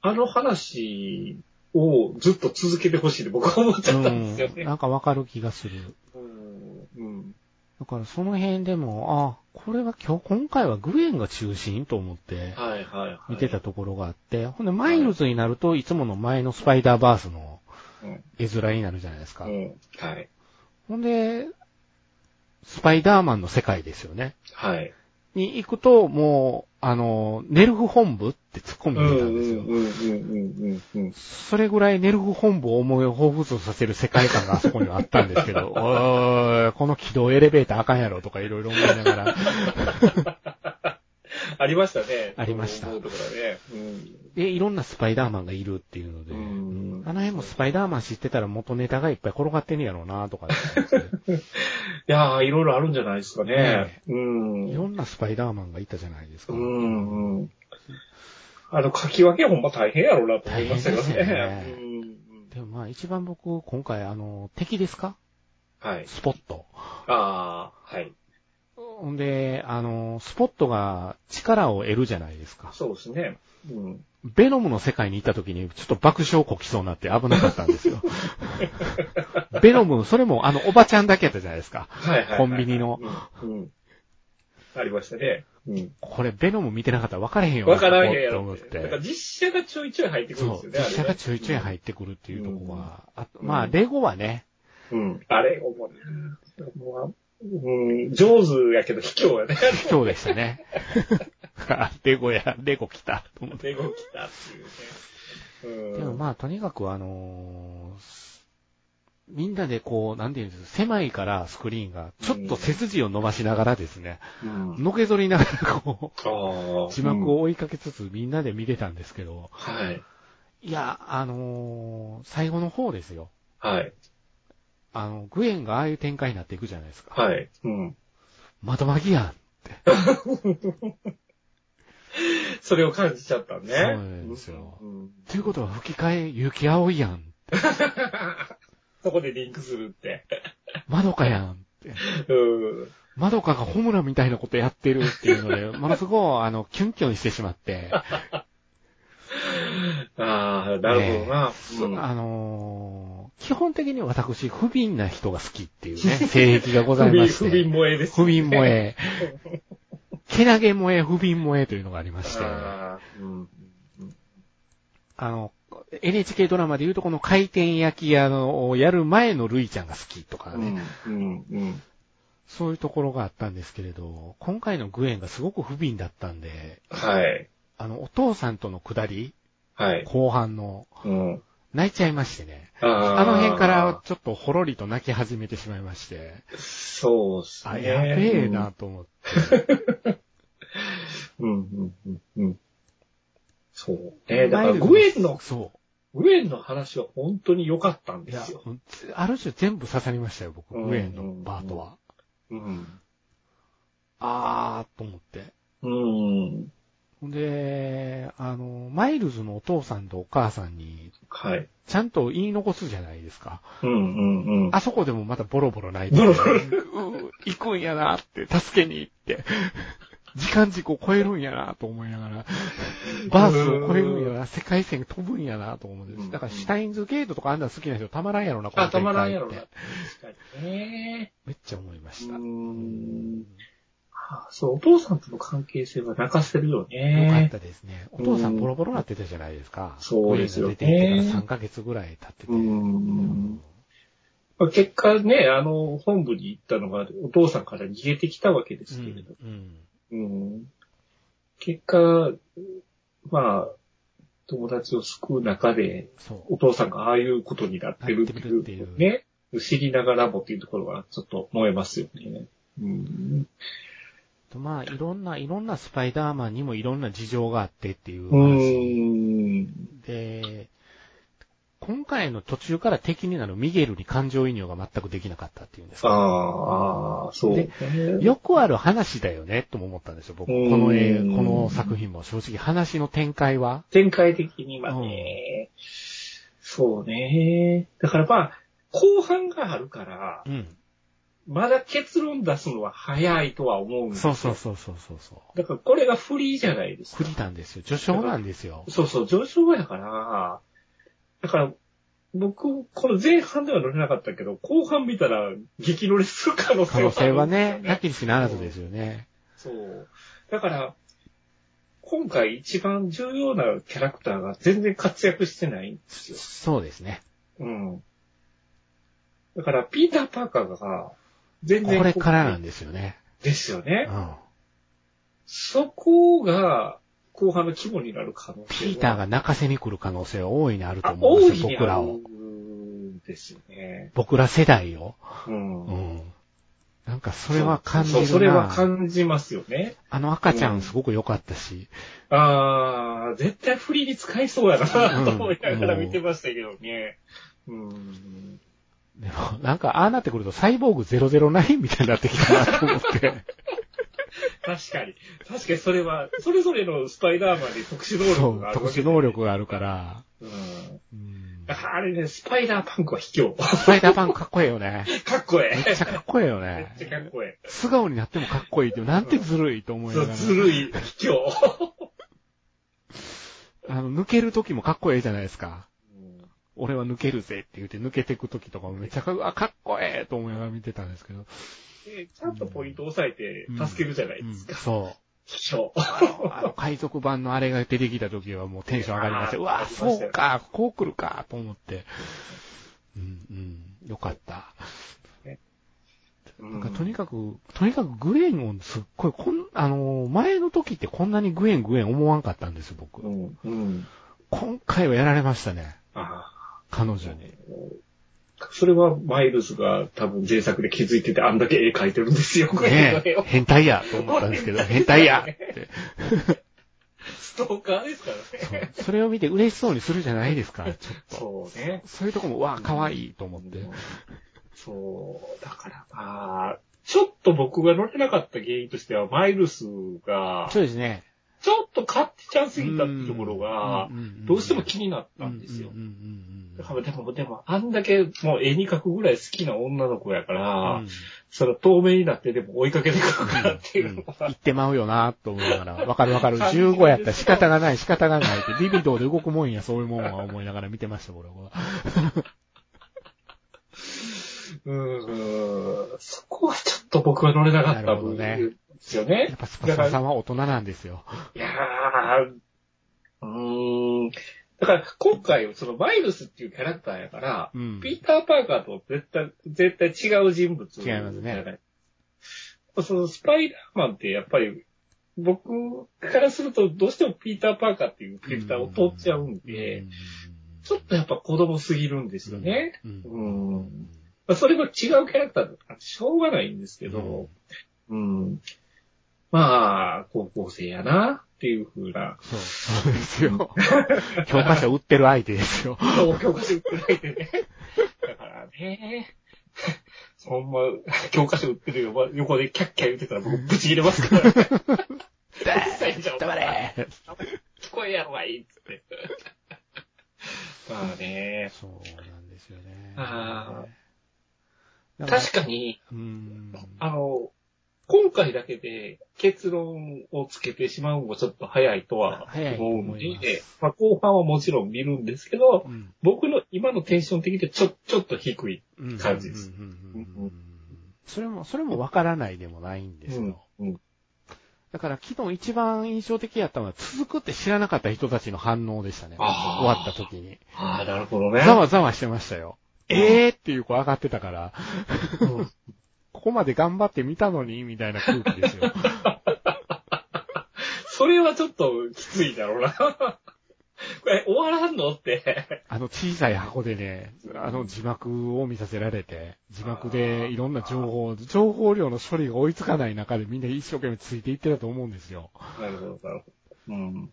C: あの話をずっと続けてほしいって僕は思っちゃったんですよ
B: うん。
C: ね。
B: なんかわかる気がする。
C: うん。うん。
B: だからその辺でも、あ、これは今日、今回はグエンが中心と思って
C: はいはいはい。
B: 見てたところがあって、ほんでマイルズになるといつもの前のスパイダーバースの
C: うん。
B: 絵面になるじゃないですか。
C: うん。はい。
B: ほんで、スパイダーマンの世界ですよね。
C: はい。
B: に行くと、もう、あの、ネルフ本部って突っ込
C: うんん
B: で
C: うん
B: みたんですよ。
C: うんうんうん
B: それぐらいネルフ本部を思いを彷彿とさせる世界観があそこにはあったんですけ ど、おーいこの軌道エレベーターあかんやろとかいろいろ思いながら。
C: ありましたね。
B: ありました
C: 思うところね。うん
B: で、いろんなスパイダーマンがいるっていうので、
C: う
B: うんんあの辺もスパイダーマン知ってたら元ネタがいっぱい転がってんやろうなとか、
C: いやー、いろいろあるんじゃないですかね
B: ね。
C: うん。
B: いろんなスパイダーマンがいたじゃないですか。
C: うんうん。あの、書き分けほんま大変やろうなと思いましたけどね。
B: 大変ですよね
C: うんうん
B: でもまあ一番僕、今回あの、敵ですか
C: はい。
B: スポット。
C: ああ、はい。
B: ほんで、あの、スポットが力を得るじゃないですか。
C: そうですね。うん。
B: ベノムの世界に行った時に、ちょっと爆笑をこきそうになって危なかったんですよ。 ベノム、それもあの、おばちゃんだけやったじゃないですか。
C: はいはいはい。
B: コンビニの。
C: うん。うん。ありましたね。うん。
B: これ、ベノム見てなかったら分からへんよな
C: わからんや
B: と
C: ろ
B: 思っ
C: って。
B: て
C: だから。実写がちょいちょい入ってくるんで
B: そ
C: す
B: う
C: よ、ね。
B: 実写がちょいちょい
C: っ
B: 入ってくるっていうとこは、あと
C: うん
B: まあ、レゴはね、
C: てうん。あれ、思う。もう、うん、上手やけど卑怯やね。
B: 卑怯でしたね。 あレゴや、レゴ来た、と思って。
C: 猫来たっていうね。うん。
B: でもまあ、とにかくあのーみんなでこう、なんていうんですか、狭いからスクリーンが、ちょっと背筋を伸ばしながらですね、
C: うん、
B: のけぞりながらこう、
C: ああ。
B: 字幕を追いかけつつみんなで見てたんですけど、
C: はい。
B: いや、あのー最後の方ですよ。
C: はい。
B: あの、グエンがああいう展開になっていくじゃないですか。
C: はい。うん。
B: 窓巻きやん。
C: それを感じちゃったね。
B: そうなんですよ
C: うん
B: ということは吹き替え、雪青いやん。
C: そこでリンクするって。
B: 窓かやん。
C: うん。
B: 窓かがホムラみたいなことやってるっていうので、も のすごい、あの、キュンキュンしてしまって、
C: ああ、なるほどな。
B: そあのー基本的に私、不憫な人が好きっていうね、性癖がございまし
C: 不憫
B: て、
C: 萌えです、
B: 不
C: ね。
B: 憫萌え、けなげ萌え、不憫萌えというのがありまして、
C: あーうん。
B: あの、NHK ドラマでいうとこの回転焼き屋のをやる前のルイちゃんが好きとか
C: う
B: ね、
C: ん。うん。うん。
B: そういうところがあったんですけれど、今回のグエンがすごく不憫だったんで、
C: はい。
B: あの、お父さんとの下り、
C: はい。
B: 後半の、
C: うん。
B: 泣いちゃいましてね。
C: あー
B: あの辺から、ちょっとほろりと泣き始めてしまいまして、
C: そうっす
B: あ、
C: ね。
B: やべえなと思って。
C: うん。うん。うん。うん。そう。えだから、グエンの、
B: そ
C: グエンの話は本当に良かったん
B: う。
C: で
B: いや
C: すよ。、
B: ある種全部刺さりましたよ、僕、
C: うん
B: グエンのパートは。
C: うん。
B: あーと思って。
C: うん。
B: ほんで、あの、マイルズのお父さんとお母さんに、
C: はい。
B: ちゃんと言い残すじゃないですか。
C: うんうんうん。
B: あそこでもまたボロボロ泣いて、
C: ボ
B: う
C: ロボロ
B: う行くんやなって、助けに行って、時間軸を超えるんやなと思いながら、バースを超えるんやな、世界線飛ぶんやなと思うんで
C: うん
B: す。だからシュタインズゲートとかあんなの好きな人たまらんやろな、こ
C: あ、
B: の
C: た
B: 展
C: まらん
B: 開
C: や
B: っ
C: ろな。
B: て
C: 確。かにね。
B: めっちゃ思いまし
C: う
B: た。
C: ん。あそう、お父さんとの関係性は泣かせるよ
B: よかっ
C: ね。
B: たですね。お父さんボロボロなってたじゃないですか。
C: そうですよ
B: ね。
C: ね
B: 出て行ってから3ヶ月ぐらい経ってて。
C: うん。まあ結果ね、あの、本部に行ったのが、お父さんから逃げてきたわけですけれど。
B: うん
C: うん。結果、まあ、友達を救う中で、
B: そう。
C: お父さんがああいうことになってるって
B: なって
C: い
B: るっ
C: う
B: てい
C: ね、知りながらもっていうところはちょっと燃えますよね。うん。
B: とまあ、いろんな、いろんなスパイダーマンにもいろんな事情があってっていう
C: う
B: 話。
C: ん。
B: で、今回の途中から敵になるミゲルに感情移入が全くできなかったっていうんですか。
C: ああ、そうね。
B: よくある話だよね、とも思ったんですよ、僕。こ
C: うん
B: の映画、この作品も正直話の展開は。
C: 展開的にはね、そうね。だからまあ、後半があるから、
B: うん。
C: まだ結論出すのは早いとは思うんです
B: そ
C: よ
B: うそうそうそうそうそう。
C: だからこれがフリーじゃないですか。
B: 不利なんですよ。序章なんですよ。
C: そうそう、上昇後やから、だから、僕、この前半では乗れなかったけど、後半見たら激乗りする可
B: 可能
C: 能性はあるんですよ
B: 性はね、なきにしならずですよね。
C: そう。だから、今回一番重要なキャラクターが全然活躍してないんですよ。
B: そうですね。
C: うん。だから、ピーター・パーカーが、全然。
B: これからなんですよね。
C: ですよ
B: う
C: ね。
B: ん。
C: そこが、後半の肝になる可能性
B: ピーター
C: が、
B: が泣かせに来る可能性は大いにあると
C: あ
B: 思うん
C: 大
B: です
C: い
B: よ、
C: に
B: 僕
C: あ
B: ら
C: る
B: を。
C: んですよね。
B: 僕ら世代を。
C: うん。
B: うん。なんかそれは感じる
C: そう、
B: な
C: それは感じますよね。
B: あの赤ちゃ
C: うんん
B: すごく良かったし。
C: あー、絶対フリーに使いそうやな、
B: うん
C: と思いながら見てましたけどね。うん。
B: でも、なんかああなってくるとサイボーグ009みたいになってきたなと思って。
C: 確かに。確かにそれは、それぞれのスパイダーマンに特殊能
B: そ
C: 力
B: う
C: があ、る
B: 特
C: わけで
B: 殊能力があるから。
C: うん。
B: うん
C: あれね、スパイダーパンクは卑怯。
B: スパイダーパンクかっこええよね。
C: かっこえ
B: めっ
C: え。
B: ちゃかっこええよ
C: めっ
B: ね
C: ち。ゃかっこえ
B: 素顔になってもかっこいいって、なんてずるいと思
C: え。
B: いなが
C: そう、
B: ら。
C: ずるい、 卑怯。
B: あの、抜ける時もかっこええじゃないですか。俺は抜けるぜって言って抜けてく時とかもめっちゃかっあかっこええと思いながら見てたんですけど。
C: でちゃんとポイント押さえて助けるじゃないで
B: う
C: す
B: ん
C: か。
B: そう。
C: 卑怯。
B: あの、海賊版のあれが出てきた時はもうテンション上がりました。
C: あ
B: う
C: ー
B: わ
C: 上がりましたよ
B: そうか、こう来るか、と思って。うん、うん、よかった。なんかとにかく、とにかくグエンをすっごい、こん、あのー前の時ってこんなにグエングエン思わんかったんです、僕。
C: うん。うん。
B: 今回はやられましたね、
C: あ
B: 彼女に。
C: あ。それはマイルズが多分前作で気づいててあんだけ絵描いてるんですよ。これ
B: ね
C: これ
B: え
C: を、
B: 変態やと思ったんですけど、変態やって。
C: ストーカーですからね。
B: そうそれを見て嬉しそうにするじゃないですか、ちょっと。
C: そうね。
B: そういうとこも、わあ、可愛いと思って。
C: そう、だからまあ、ちょっと僕が乗れなかった原因としては、マイルスが、
B: そうですね。
C: ちょっと勝手ちゃんすぎたってところが、どうしても気
B: に
C: になったんですよ。
B: うんうんうんうん
C: だからでも、でも、あんだけもう絵に描くぐらい好きな女の子やから、
B: うん
C: その透明になってでも追いかけてくるからっていうの
B: 言
C: は、
B: ってまうよなと思いながら、わかるわかる。15やったら仕方がない、仕方がないって、ビビドーで動くもんや、そういうもんは思いながら見てました、俺は。
C: うん、そこはちょっと僕は乗れなかっ
B: な
C: た
B: るほど
C: 分
B: ね
C: ですよ
B: や
C: ね
B: っ。ぱスパスパさんは大人なんですよ。
C: いやー、うーん。だから、今回、その、マイルスっていうキャラクターやから、
B: うん。
C: ピーター・パーカーと絶対、絶対違う人物。
B: 違いますね。
C: その、スパイダーマンってやっぱり、僕からすると、どうしてもピーター・パーカーっていうキャラクターを通っちゃうんで、、ちょっとやっぱ子供すぎるんですよね。
B: うん。
C: うん。まあそれが違うキャラクターだから、しょうがないんですけど、うん。まあ、高校生やな、っていう風な
B: そう。そうですよ。教科書売ってる相手ですよ。
C: 東教科書売ってないでね。だからね。ほんま、教科書売ってるよ。横でキャッキャ言ってたら僕ブチ切れますから、ね。
B: 黙れ
C: 聞こえやばいっつって。 まあね。
B: そうなんですよね。
C: あ
B: だから
C: 確かに、
B: うん。
C: あの、今回だけで結論をつけてしまうのもちょっと早いとは
B: 早いと
C: 思う
B: 思
C: の
B: いま
C: で、
B: す。
C: まあ、後半はもちろん見るんですけど、
B: うん
C: 僕の今のテンション的にはちょ、ちょっと低い。感じです
B: うんうんうんうんうんそれも、それもわからないでもないんですよ。
C: うんうん
B: だから昨日一番印象的やったのは、続くって知らなかった人たちの反応でしたね。終
C: あー
B: わった時に。
C: ああ、なるほどね。
B: ざわざわしてましたよ。えーっていう子上がってたから、
C: うん
B: ここまで頑張ってみたのに、みたいな空気ですよ。
C: それはちょっときついだろうな。 これ終わらんの って。
B: あの小さい箱でね、あの字幕を見させられて、字幕でいろんな情報、情報量の処理が追いつかない中でみんな一生懸命ついていってたと思うんですよ。
C: なるほど、なるほど。うん。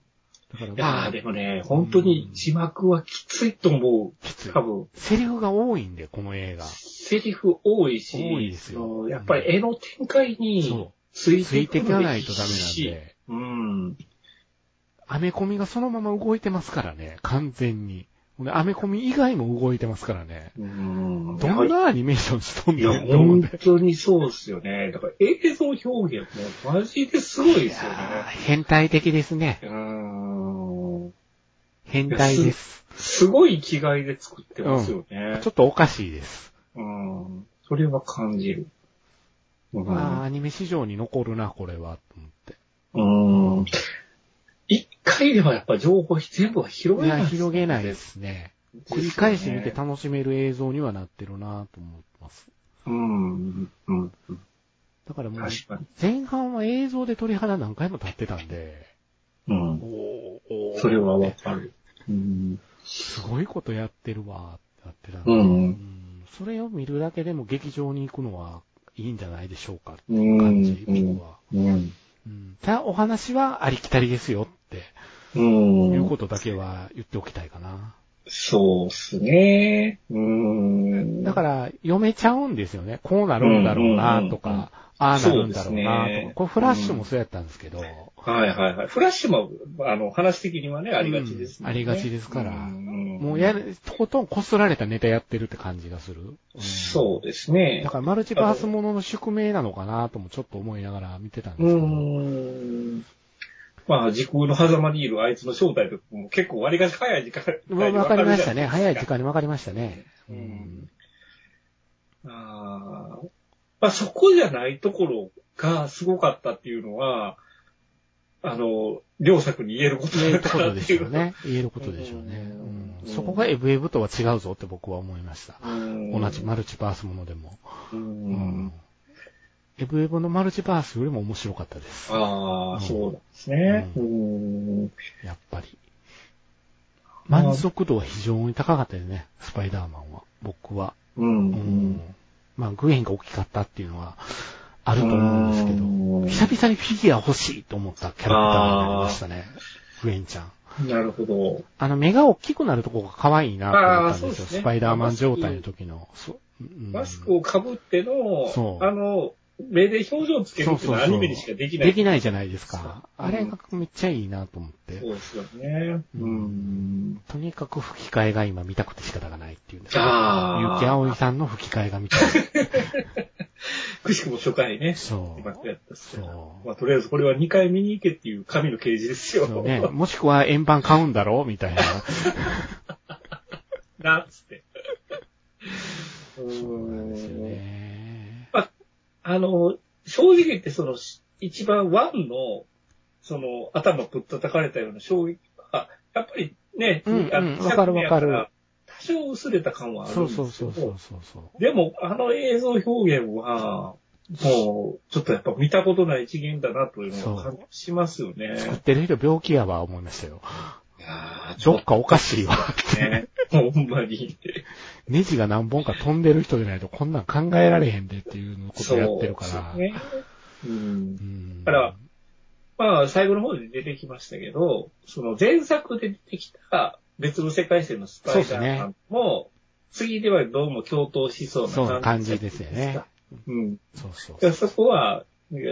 B: だから
C: いや
B: まあ
C: ー、でもね、本当に字幕はきついと思
B: きつ
C: う。
B: い
C: 多。分、
B: セリフが多いんで、この映画。
C: セリフ多いし、
B: 多いですよ
C: そのやっぱり絵の展開に
B: そ
C: つ
B: う。
C: い
B: つ
C: てい
B: い
C: く
B: てい
C: の
B: か
C: が
B: ないとダメなん
C: 必死
B: で。
C: うん。
B: アメコミがそのまま動いてますからね、完全に。ほんでアメコミ以外も動いてますからね。
C: うん。
B: どんなアニメーションしとん
C: いや、
B: ねんと思っ
C: 本
B: て。
C: 当にそうですよね。だから映像表現もマジですごいですよね。
B: 変態的ですね。
C: うん。
B: 変態です。
C: すごい気概で作ってますよね。
B: ちょっとおかしいです。
C: うん。それは感じる。うん。
B: あーアニメ史上に残るな、これは。と思って
C: うん一回ではやっぱ情報全部は広
B: い
C: げな
B: や、
C: い。
B: 広げないですね。
C: ですよね
B: 繰り返し見て楽しめる映像にはなってるなと思って。ます。
C: うん。うん。
B: だからもう、
C: 確かに。
B: 前半は映像で鳥肌何回も立ってたんで、
C: うん。
B: おお
C: それはわかる。うん。
B: すごいことやってるわ、ってなってたんで、
C: う。
B: うんんそれを見るだけでも劇場に行くのはいいんじゃないでしょうか、
C: う
B: 感じ、僕
C: ん。
B: は。
C: うん。
B: うん、ただ、お話はありきたりですよって、
C: うん。
B: いうことだけは言っておきたいかな。
C: そうっすね。うん。
B: だから、読めちゃうんですよね。こうなるんだろうな、と
C: うんうんうんうん
B: か、ああなるんだろうな、
C: そうです
B: とか
C: ね。
B: これ、フラッシュもそうやったんですけど、
C: はいはいはい。フラッシュも、あの、話的にはね、ありがちですもんね、
B: うんありがちですから
C: ん
B: もうやる、とことんこすられたネタやってるって感じがする。うん
C: そうですね
B: だ。から、マルチバースものの宿命なのかな、ともちょっと思いながら見てたんで
C: う
B: すけど、
C: ん。まあ、時空の狭間にいるあいつの正体とかも結構割りが早い時間帯
B: わ
C: に
B: わかりました
C: ね。
B: ね。早い時間にわかりましたね。う
C: うんん。あーまあ、そこじゃないところがすごかったっていうのは、あの、両作に言えること
B: 言え
C: だ
B: る
C: った
B: こと
C: な
B: で
C: ってい
B: しょ
C: う
B: う。 ね。言えることでしょうね。うん
C: う
B: ん、そこがエブエブとは違うぞって僕は思いました。
C: うん
B: 同じマルチバースものでも。
C: う
B: うん
C: ん。
B: エブエブのマルチバースよりも面白かったです。
C: ああ、そうなんですね。
B: う
C: うん
B: やっぱり。満足度は非常に高かったですね、スパイダーマンは。僕は。
C: う
B: うん
C: ん。
B: まあ、グエンが大きかったっていうのはあると思うんですけど、
C: うん
B: 久々にフィギュア欲しいと思ったキャラクターになりましたね。グエンちゃん。
C: なるほど。
B: あの、目が大きくなるとこが可愛いなと思ったん
C: あー
B: です
C: そう
B: よ。
C: ですね
B: スパイダーマン状態の時の。そううん
C: マスクをかぶって
B: そ
C: の、
B: う
C: あの、目で表情をつけるっていうのはアニメにしかできない。
B: できないじゃないですか。
C: そう
B: あれがめっちゃいいなと思って。
C: そうですよね。うん。
B: とにかく吹き替えが今見たくて仕方がないっていうんですか。ゆきあ
C: あ
B: お
C: あ。
B: いさんの吹き替えが見たい。
C: くしくも初回ね。
B: そ
C: 今
B: う。
C: やったっすよ
B: そう
C: まあ、とりあえずこれは2回見に行けっていう神の啓示ですよ。
B: そうね。もしくは円盤買うんだろうみたいな。
C: なっつって。う
B: そうなんですよ
C: ん。
B: ね。
C: あの、正直言ってその、し一番ワンの、その、頭ぶったたかれたような衝撃は、やっぱりね、
B: うんうん
C: あの
B: わかるわかる。
C: 近くにあたら多少薄れた感はある
B: そ
C: ん
B: う
C: ですけ
B: そ
C: ど。
B: うそうそうそうそう。
C: でも、あの映像表現は、もう、ちょっとやっぱ見たことない次元だなというのを感じしますよね。
B: 作ってる人病気やわ、思いましたよ。
C: いやーち
B: ど
C: ょ
B: っ
C: っ
B: かおかしいわ。
C: とね、 ほんまに。
B: ネジが何本か飛んでる人じゃないとこんなん考えられへんでっていうことをやってるか
C: そ
B: ら。
C: うですね。うん
B: う。ん。
C: だから、まあ、最後の方で出てきましたけど、その前作で出てきた別の世界線のスパイダーマンも、次ではどうも共闘しそう
B: そうな
C: な
B: 感
C: 感じ
B: じですよね。
C: うん。
B: そうそう
C: だからそこは、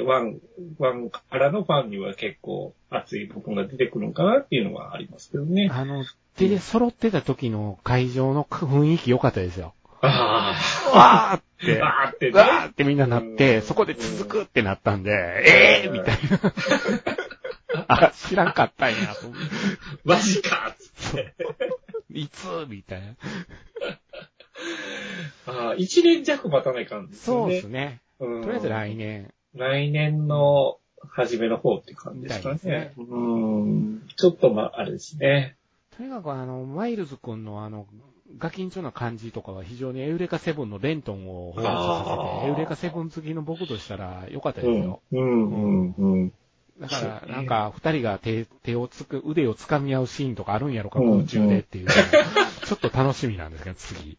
C: ワン、ワンからのファンには結構熱い部分が出てくるのかなっていうのはありますけどね。
B: あの、で、揃ってた時の会場の雰囲気良かったですよ。
C: あ
B: わーっ
C: あ、
B: て、わ
C: あーってね。
B: ーってみんななって、そこで続くってなったんで、ええー、みたい な。あ、知らんかったんやと思って。
C: マジかっつって
B: そういつみたいな。
C: ああ、一年弱待たない感じですよ
B: そう
C: ね。
B: ですね。
C: うん
B: とりあえず来年。
C: 来年の初めの方って感じですか
B: み
C: ね。
B: たいですね
C: うん。ちょっとまあ、あれですね。
B: とにかくあの、マイルズ君のあの、ガキンチョな感じとかは非常にエウレカセブンのレントンを放出させ
C: あー
B: て、エウレカセブン好きの僕としたら良かったで
C: う
B: す
C: ん
B: よ。。
C: うん。うん。
B: だか
C: そう
B: ら、
C: ね
B: なんか、二人が手、手をつく、腕を掴み合うシーンとかあるんやろか、
C: うん
B: 空中でっていう のが。ちょっと楽しみなんですけど、次。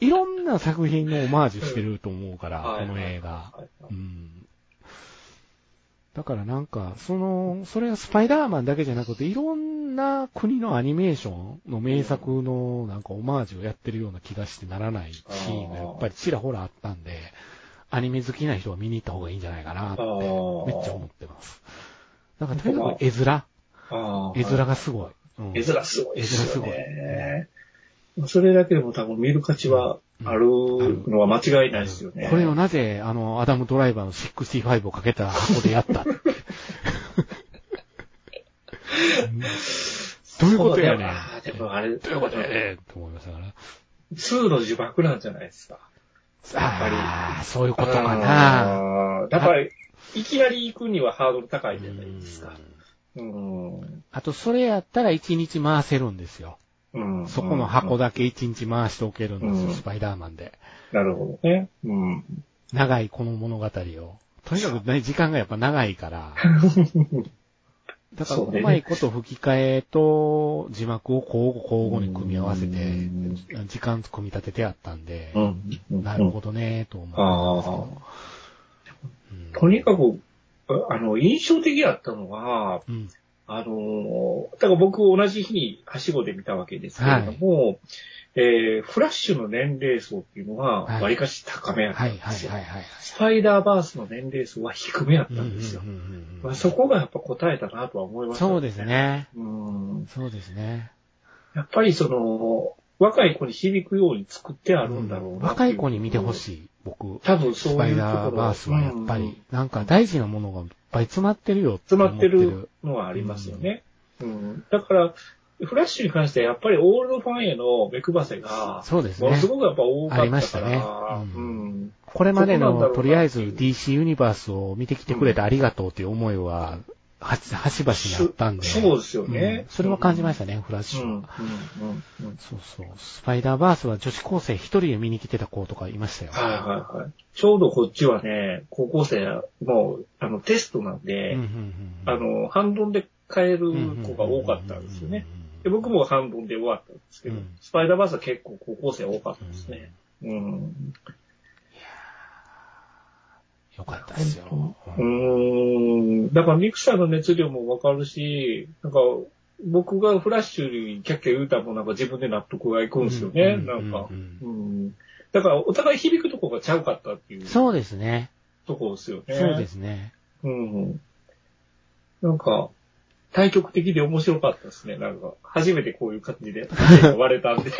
B: いろんな作品のオマージュしてると思うから、この映画。
C: はいは
B: うん。だからなんか、その、それがスパイダーマンだけじゃなくて、いろんな国のアニメーションの名作のなんかオマージュをやってるような気がしてならないシーンがやっぱりちらほらあったんで、アニメ好きな人は見に行った方がいいんじゃないかなって、
C: あー
B: めっちゃ思ってます。だからとにかく絵面、
C: ああ。
B: 絵面がすごい。うん
C: 絵面すごいですよ
B: 絵面
C: ね。それだけでも多分見る価値はあるのは間違いないですよね。
B: これをなぜ、あの、アダムドライバーの65をかけた箱でやったってどういうことやねん。
C: ああ、でもあれ、
B: どういうことやねんって思いましたから。
C: 2の呪縛なんじゃないですか。
B: ああ、そういうことかな。
C: なだから、いきなり行くにはハードル高いじゃないですか。
B: うん
C: うん。
B: あと、それやったら1日回せるんですよ。
C: うん
B: そこの箱だけ一日回しておけるんですよ、
C: うん
B: スパイダーマンで。
C: なるほどね。うん。
B: 長いこの物語を。とにかくね、時間がやっぱ長い から。だから、
C: そううね
B: まいこと吹き替えと字幕を交互交互に組み合わせて、時間組み立ててあったんで、
C: ん。
B: なるほどね、と思うんですけど。
C: とに
B: く、
C: かく、あの、印象的だったのが、
B: うん。
C: あのーだから僕同じ日にはしごで見たわけですけれども、えー、フラッシュの年齢層っていうのは、
B: はい
C: 割りかし高めやった
B: はい
C: んで
B: はい
C: すよ。
B: はいはい。
C: スパイダーバースの年齢層は低めやったんですよ。
B: うんうんうんうん
C: まあ、そこがやっぱ答えたなとは思います、
B: そうです。ね。
C: うん。
B: そうですね。
C: やっぱりその、若い子に響くように作ってあるんだろうな、
B: 若い子に見てほ
C: い。
B: しい、僕。
C: 多分そ
B: ス
C: う
B: パ
C: い
B: イ
C: うところ
B: ダーバースはやっぱ
C: うん
B: り、なんか大事なものがいっぱい詰まってるよって
C: 詰
B: 思っ
C: まってて
B: る
C: る。のはありますよね。うん。だから、フラッシュに関してはやっぱりオールドファンへの目配せが、
B: そうです
C: もの
B: ね
C: す。ごくやっぱ多か
B: ありま
C: っ
B: したた
C: から、
B: ねう
C: うんん。
B: これまで
C: そこなんだ
B: の、
C: ろうな
B: とりあえず DC ユニバースを見てきてくれてありがとうっていう思いは、はし、はしばしにあったんで。
C: そそうですよね
B: うんそれは感じましたね、フラッシュ
C: うん。うん
B: は。。
C: うん。うん
B: そうそう。スパイダーバースは女子高生一人で見に来てた子とかいましたよ。
C: はいはいはい。ちょうどこっちはね、高校生、もう、あの、テストなんで、
B: うんうんうんうん
C: あの、半分で買える子が多かったんですよね。。で僕も半分で終わったんですけど、
B: うん
C: スパイダーバースは結構高校生多かっ
B: う
C: た
B: ん
C: ですね。。うん。
B: よかったですよ。
C: うーん。だからミクさんの熱量もわかるし、なんか、僕がフラッシュにキャッキャ言うたらもなんか自分で納得がいくんですよね、
B: うん
C: なんか
B: う。ん
C: うん。だからお互い響くとこがちゃうかったっていう
B: そうですね。
C: とこですよね。。
B: そうですすね。
C: うん。なんか、対極的で面白かったですね。なんか、初めてこういう感じで割れたん で。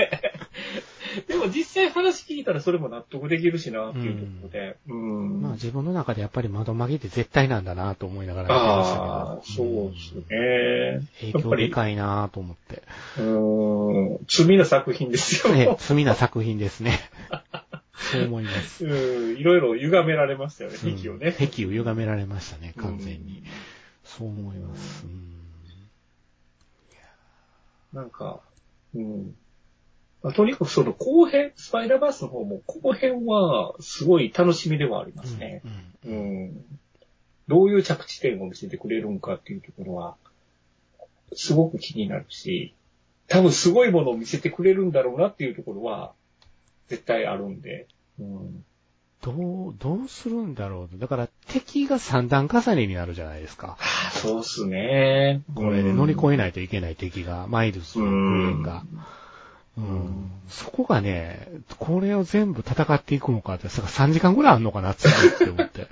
C: でも実際話聞いたらそれも納得できるしな、っていうところで。うん。
B: まあ自分の中でやっぱり窓曲げって絶対なんだなと思いながら
C: ああ、
B: 見てましたけ
C: そ
B: ど
C: うですね。
B: うん影響でかいなと思って。
C: うーん、罪な作品ですよ。
B: ね、罪な作品ですね。そう思い ます。
C: うん、いろいろ歪められましたよね、
B: うん
C: 敵をね。
B: 癖を歪められましたね、完全に。
C: に。
B: そう思います。うん
C: なんか、うん。まあ、とにかくその後編、スパイダーバースの方も後編はすごい楽しみではありますね。
B: うん
C: うん。どういう着地点を見せてくれるんかっていうところは、すごく気になるし、多分すごいものを見せてくれるんだろうなっていうところは、絶対あるんで。うん。
B: どう、どうするんだろうとだから敵が三段重ねになるじゃないですか。
C: あそうっすね。
B: これで乗り越えないといけない敵が、マイルズ、
C: う
B: ブレン
C: ん。
B: が。
C: うん
B: そこがね、これを全部戦っていくのかって、それが3時間ぐらいあんのかなって思 って。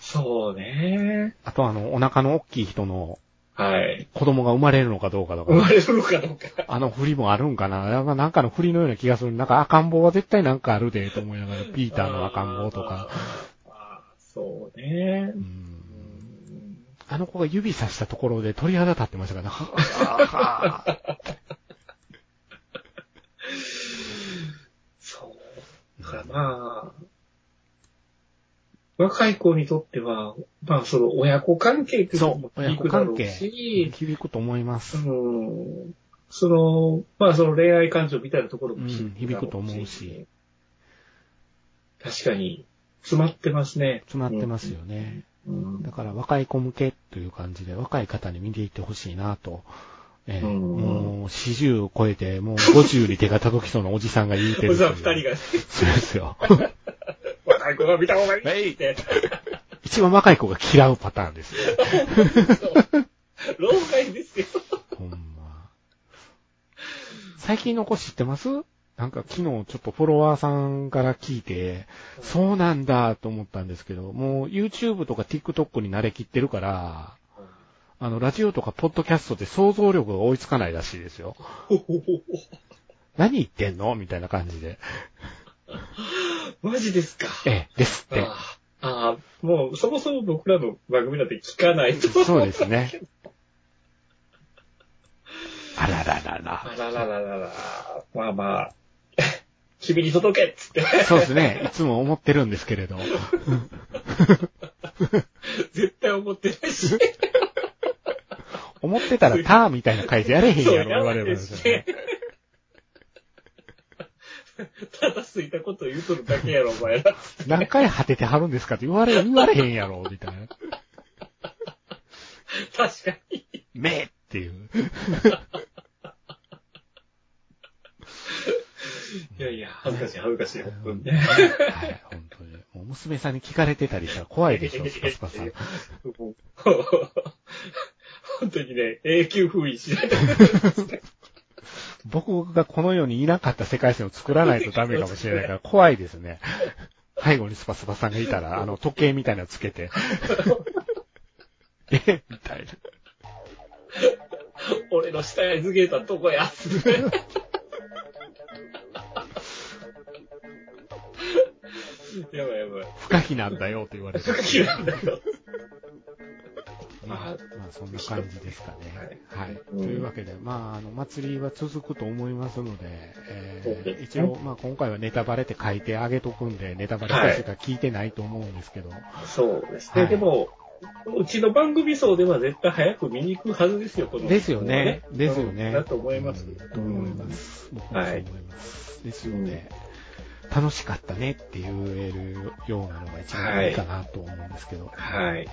C: そうね。
B: あとあの、お腹の大きい人の
C: はい。
B: 子供が生まれるのかどうかと
C: 生ま
B: か、
C: れるのかどうか。
B: あの振りもあるんかな。やっぱなんかの振りのような気がする。なんか赤ん坊は絶対なんかあるで、と思いながら、ピーターの赤ん坊とか。
C: あー。あーそうね
B: う。
C: うんん
B: あの子が指さしたところで鳥肌立ってましたからね。はぁは ぁ
C: そう。だからまあ、若い子にとっては、まあその親子関係っていうのも
B: そう親
C: 響
B: 子
C: くだ
B: 関
C: ろう
B: 係
C: し、
B: 響くと思います。
C: うんその、まあその恋愛感情みたいなところも
B: うん響くと思うし。
C: 確かに、詰まってますね。
B: 詰まってますよね。
C: うん
B: だから若い子向けという感じで、若い方に見ていってほしいなと。えー
C: うん
B: もう40超えて、もう50に手が届きそうなおじさんが言うて
C: お
B: る
C: じ
B: とい
C: さ
B: うん
C: 二人がね、
B: そうですよ。
C: 若い子が見た方がいいって、
B: 一番若い子が嫌うパターンですよ。
C: 老害ですよ。
B: ほんま。最近の子知ってますなんか昨日ちょっとフォロワーさんから聞いて、そうなんだと思ったんですけど、もう YouTube とか TikTok に慣れきってるから、あの、ラジオとかポッドキャストって想像力が追いつかないらしいですよ。何言ってんのみたいな感じで。
C: マジですか。
B: ええ、ですって。
C: ああ、もうそもそも僕らの番組なんて聞かないと。
B: そうですね。あららら
C: あ
B: ら。
C: ららららら。まあまあ、 君に届けっつって、
B: そう ですね。いつも思ってるんですけれど。
C: 絶対思ってないし。
B: 思思ってたらターみたいな回でやれへんやろ、
C: そう
B: 我々
C: やばい
B: も
C: で
B: ですすね
C: ね。 ただすいたこと言うとるだけやろ、お前ら。
B: 何回果ててはるんですかって言われ、言われへんやろ、みたいな。
C: 確かに。
B: めっていう。
C: いやいや、恥ずかしい、恥ずかしい。本当にね
B: はい、本当に。もう娘さんに聞かれてたりしたら怖いでしょ、スパスパさん。
C: もう本当にね、永久封印しないと。
B: 僕がこの世にいなかった世界線を作らないとダメかもしれないから怖いですね。背後にスパスパさんがいたら、あの、時計みたいなのつけ て。えみたいな。
C: 俺の下やずげたとこや。 やばい やばい。
B: 不可避なんだよって言われて。
C: 嫌いなんだよ。
B: まあ、まあ、そんな感じですかね。はい。
C: うん
B: というわけで、まあ、あの、祭りは続くと思いますので、え
C: そう
B: ー、
C: です
B: 一
C: ね
B: 応、まあ、今回はネタバレって書いてあげとくんで、ネタバレした人が聞いてないと思うんですけど、
C: そうですね。
B: はい
C: でも、うちの番組層では絶対早く見に行くはずですよ、この。
B: ですよね。ですよ
C: う
B: ね。
C: んだと思います
B: うん。と思います。僕もそう思います。ですので、楽しかったねって言えるようなのが一番いいかなと思うんですけど、
C: はい。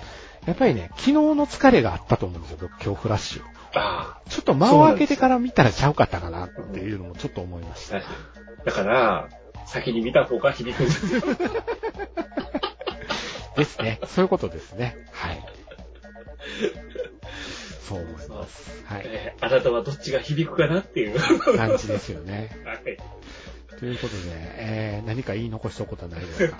B: やっぱりね、昨日の疲れがあったと思うんですよ、僕今日フラッシュ。
C: あ
B: ちょっと間を空けてから見たらちゃうかったかなっていうのもちょっと思いまし
C: あ、
B: た。
C: 確かに。だから、先に見た方が響くんですよ。
B: ですね。そういうことですね。はい。そう思います。はい。
C: えーあなたはどっちが響くかなっていう。は
B: 感じですよね。
C: い。
B: ということで、えー、何か言い残したことはないですか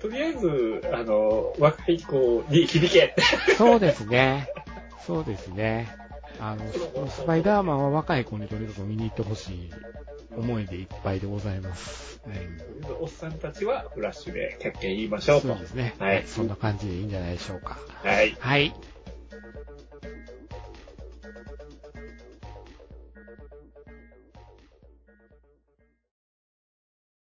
C: とりあえず、あの、若い子に響けって。
B: そうですね。そうですね。あの、スパイダーマンは若い子にとにかく見に行ってほしい思いでいっぱいでございます。はい
C: おっさんたちはフラッシュでキャッキャ言いましょうと。
B: そうですね。
C: はい
B: そんな感じでいいんじゃないでしょうか。
C: はい。
B: はい。